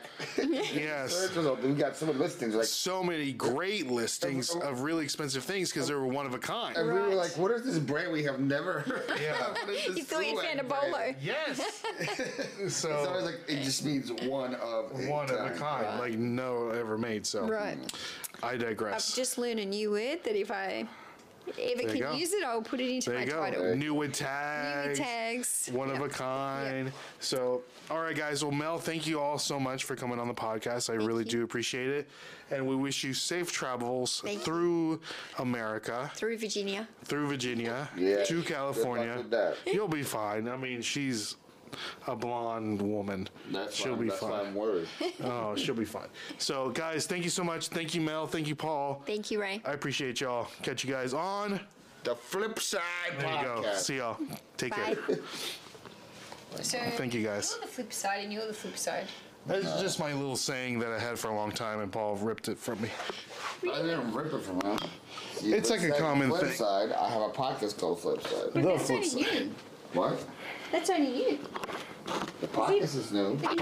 Speaker 4: Yes.
Speaker 2: Search result. We got so many listings. Like,
Speaker 4: So many great listings of really expensive things because they were one of a
Speaker 2: and
Speaker 4: kind.
Speaker 2: we were
Speaker 3: Right.
Speaker 2: like, "What is this brand we have never heard?"
Speaker 4: Yeah.
Speaker 2: What is this
Speaker 3: You thought you'd
Speaker 2: UAC
Speaker 3: found a
Speaker 2: brand?
Speaker 3: bolo.
Speaker 4: Yes.
Speaker 2: It's always
Speaker 4: so
Speaker 2: like it just means one of a
Speaker 4: one of a
Speaker 2: kind.
Speaker 4: kind, like no ever made. So
Speaker 3: Right.
Speaker 4: I digress.
Speaker 3: I've just learned a new word that if I ever
Speaker 4: you
Speaker 3: can
Speaker 4: go.
Speaker 3: use it, I'll put it into
Speaker 4: there
Speaker 3: my
Speaker 4: you go.
Speaker 3: title.
Speaker 4: New with
Speaker 3: New
Speaker 4: tags.
Speaker 3: tags.
Speaker 4: One of a kind. So, all right, guys. Well, Mel, thank you all so much for coming on the podcast. I really do appreciate it. And we wish you safe travels
Speaker 3: Thank you.
Speaker 4: through America,
Speaker 3: Through Virginia.
Speaker 4: through Virginia,
Speaker 2: Yeah.
Speaker 4: to
Speaker 2: Good luck
Speaker 4: California.
Speaker 2: with that.
Speaker 4: You'll be fine. I mean, she's a blonde woman.
Speaker 2: That's
Speaker 4: she'll
Speaker 2: why,
Speaker 4: be
Speaker 2: that's why I'm
Speaker 4: fine.
Speaker 2: worried.
Speaker 4: Oh, she'll be fine. So, guys, thank you so much. Thank you, Mel. Thank you, Paul.
Speaker 3: Thank you, Ray.
Speaker 4: I appreciate y'all. Catch you guys on.
Speaker 2: the flip side
Speaker 4: There you go.
Speaker 2: podcast.
Speaker 4: See y'all. Take
Speaker 3: Bye.
Speaker 4: care.
Speaker 3: so,
Speaker 4: Thank you, guys.
Speaker 3: the flip side and you're the flip side.
Speaker 4: That's just my little saying that I had for a long time, and Paul ripped it from me.
Speaker 2: I didn't rip it from him. See,
Speaker 4: It's like a
Speaker 2: besides the
Speaker 4: common
Speaker 2: flip
Speaker 4: thing.
Speaker 2: Side, I have a podcast called Flipside.
Speaker 3: That's only you.
Speaker 2: What?
Speaker 3: That's only you.
Speaker 2: The podcast is new.
Speaker 3: Look at